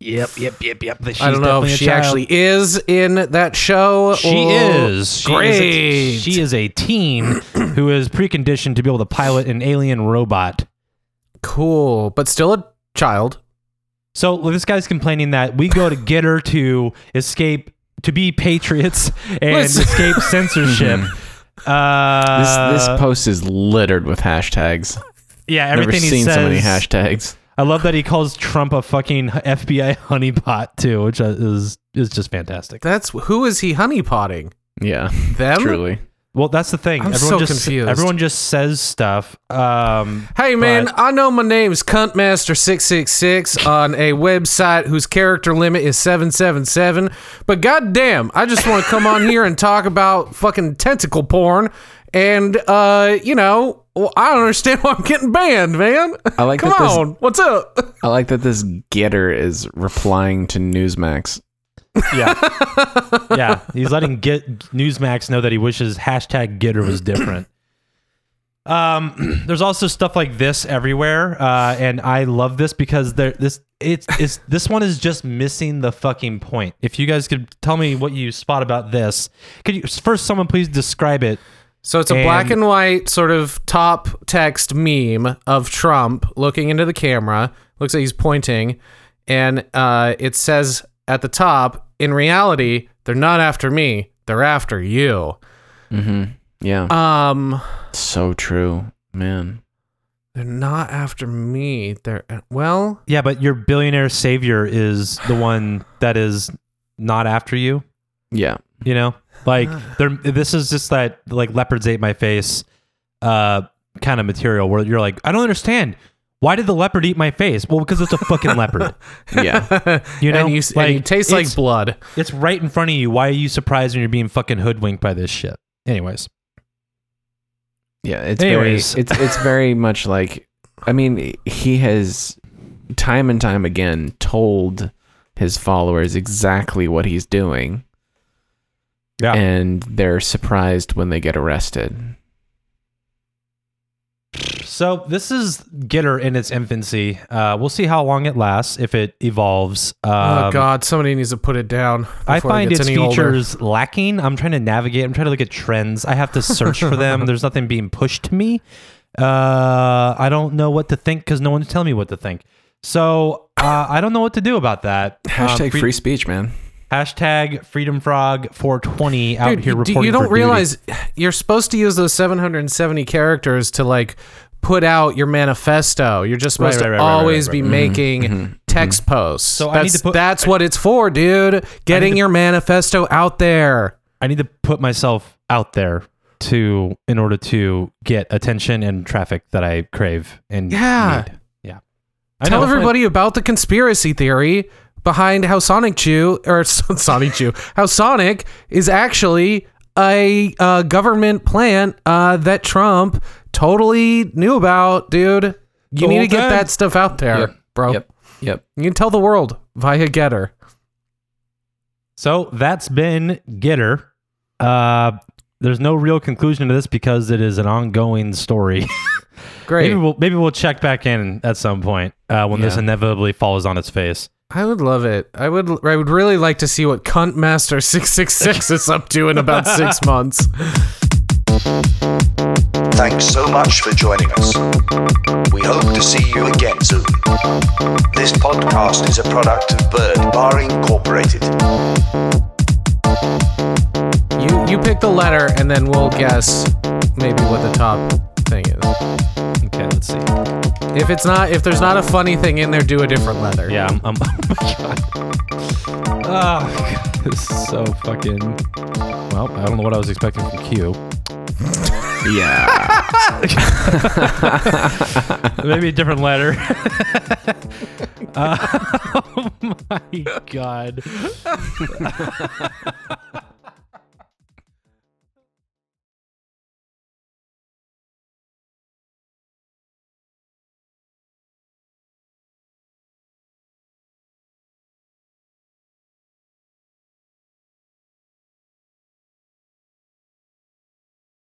Speaker 3: Yep, yep, yep, yep.
Speaker 4: I don't know if she actually is in that show.
Speaker 3: She
Speaker 4: or-
Speaker 3: is. She is, a,
Speaker 4: Great.
Speaker 3: she is a teen who is preconditioned to be able to pilot an alien robot.
Speaker 4: Cool, but still a child.
Speaker 3: So well, this guy's complaining that we go to get her to escape, to be patriots and
Speaker 4: Listen.
Speaker 3: escape censorship.
Speaker 5: This,
Speaker 3: Uh,
Speaker 5: this post is littered with hashtags.
Speaker 3: yeah,
Speaker 5: Never
Speaker 3: everything he
Speaker 5: seen
Speaker 3: says.
Speaker 5: so many hashtags.
Speaker 3: I love that he calls Trump a fucking FBI honeypot too, which is is just fantastic.
Speaker 4: That's who is he honeypotting?
Speaker 5: Yeah,
Speaker 4: Them?
Speaker 5: truly.
Speaker 3: Well, that's the thing.
Speaker 4: I'm
Speaker 3: everyone
Speaker 4: so
Speaker 3: just,
Speaker 4: confused.
Speaker 3: Everyone just says stuff. Um,
Speaker 4: Hey man,
Speaker 3: But-
Speaker 4: I know my name's Cuntmaster666 on a website whose character limit is 777, but goddamn, I just want to come on here and talk about fucking tentacle porn and uh, you know, well, I don't understand why I'm getting banned, man.
Speaker 5: I like
Speaker 4: come
Speaker 5: that this-
Speaker 4: on. What's up?
Speaker 5: I like that this getter is replying to Newsmax.
Speaker 3: yeah, yeah. He's letting get Newsmax know that he wishes hashtag Getter was different. Um, there's also stuff like this everywhere, uh, and I love this because there this it's it's this one is just missing the fucking point. If you guys could tell me what you spot about this, could you first someone please describe it?
Speaker 4: So it's a
Speaker 3: And-
Speaker 4: black and white sort of top text meme of Trump looking into the camera. Looks like he's pointing, and uh, it says at the top, "In reality, they're not after me; they're after you."
Speaker 5: Yeah,
Speaker 4: Um,
Speaker 5: so true, man.
Speaker 4: they're not after me. They're uh, well,
Speaker 3: Yeah, but your billionaire savior is the one that is not after you.
Speaker 5: Yeah,
Speaker 3: you know like they're this is just that like leopards ate my face uh kind of material where you're like i don't understand why did the leopard eat my face well because it's a fucking leopard
Speaker 5: yeah,
Speaker 3: you know
Speaker 4: and you, and you taste like
Speaker 3: it's,
Speaker 4: blood.
Speaker 3: it's right in front of you why are you surprised when you're being fucking hoodwinked by this shit anyways
Speaker 5: yeah. It's
Speaker 3: Anyways.
Speaker 5: very, it's it's very much like, I mean, he has time and time again told his followers exactly what he's doing,
Speaker 3: Yeah.
Speaker 5: and they're surprised when they get arrested.
Speaker 3: So this is Gitter in its infancy. Uh, we'll see how long it lasts if it evolves. Um,
Speaker 4: oh God, somebody needs to put it down.
Speaker 3: I
Speaker 4: before it
Speaker 3: find
Speaker 4: gets
Speaker 3: its
Speaker 4: any older.
Speaker 3: features lacking. I'm trying to navigate. I'm trying to look at trends. I have to search for them. There's nothing being pushed to me. Uh, I don't know what to think because no one's telling me what to think. So uh, I don't know what to do about that. Um,
Speaker 5: Hashtag
Speaker 3: free-
Speaker 5: free speech, man.
Speaker 3: hashtag Freedom Frog 420 out
Speaker 4: Dude,
Speaker 3: here
Speaker 4: you- do-
Speaker 3: reporting.
Speaker 4: You
Speaker 3: for
Speaker 4: don't
Speaker 3: duty.
Speaker 4: realize you're supposed to use those 770 characters to like put out your manifesto. You're just supposed
Speaker 3: Right, right, right,
Speaker 4: to
Speaker 3: right, right,
Speaker 4: always
Speaker 3: right, Mm-hmm.
Speaker 4: be
Speaker 3: right.
Speaker 4: making text posts. So
Speaker 3: I need
Speaker 4: that's,
Speaker 3: to put-
Speaker 4: that's what it's for, dude. Getting your manifesto out there.
Speaker 3: I need to put myself out there to in order to get attention and traffic that I crave and
Speaker 4: Yeah.
Speaker 3: need. yeah. I
Speaker 4: Tell
Speaker 3: know.
Speaker 4: everybody about the conspiracy theory behind how Sonic Jew or Sonic Jew, how Sonic is actually a uh, government plant uh, that Trump totally knew about, dude. You need to get that stuff out there,
Speaker 5: Yep.
Speaker 4: bro.
Speaker 5: Yep. Yep.
Speaker 4: You can tell the world via Getter.
Speaker 3: So that's been Getter. Uh, there's no real conclusion to this because it is an ongoing story.
Speaker 4: Great.
Speaker 3: maybe we'll maybe we'll check back in at some point uh, when this
Speaker 4: Yeah.
Speaker 3: inevitably falls on its face.
Speaker 4: I would love it. I would. I would really like to see what Cuntmaster six six six is up to in about six months.
Speaker 1: Thanks so much for joining us. We hope to see you again soon. This podcast is a product of Bird Bar Incorporated.
Speaker 4: You you pick the letter, and then we'll guess maybe what the top thing is.
Speaker 3: Okay, let's see.
Speaker 4: If it's not, if there's not a funny thing in there, do a different letter.
Speaker 3: Yeah, I'm. I'm oh my god. Oh, this is so fucking. Well, I don't know what I was expecting from Q.
Speaker 5: Yeah.
Speaker 3: Maybe a different letter. Uh, oh my god.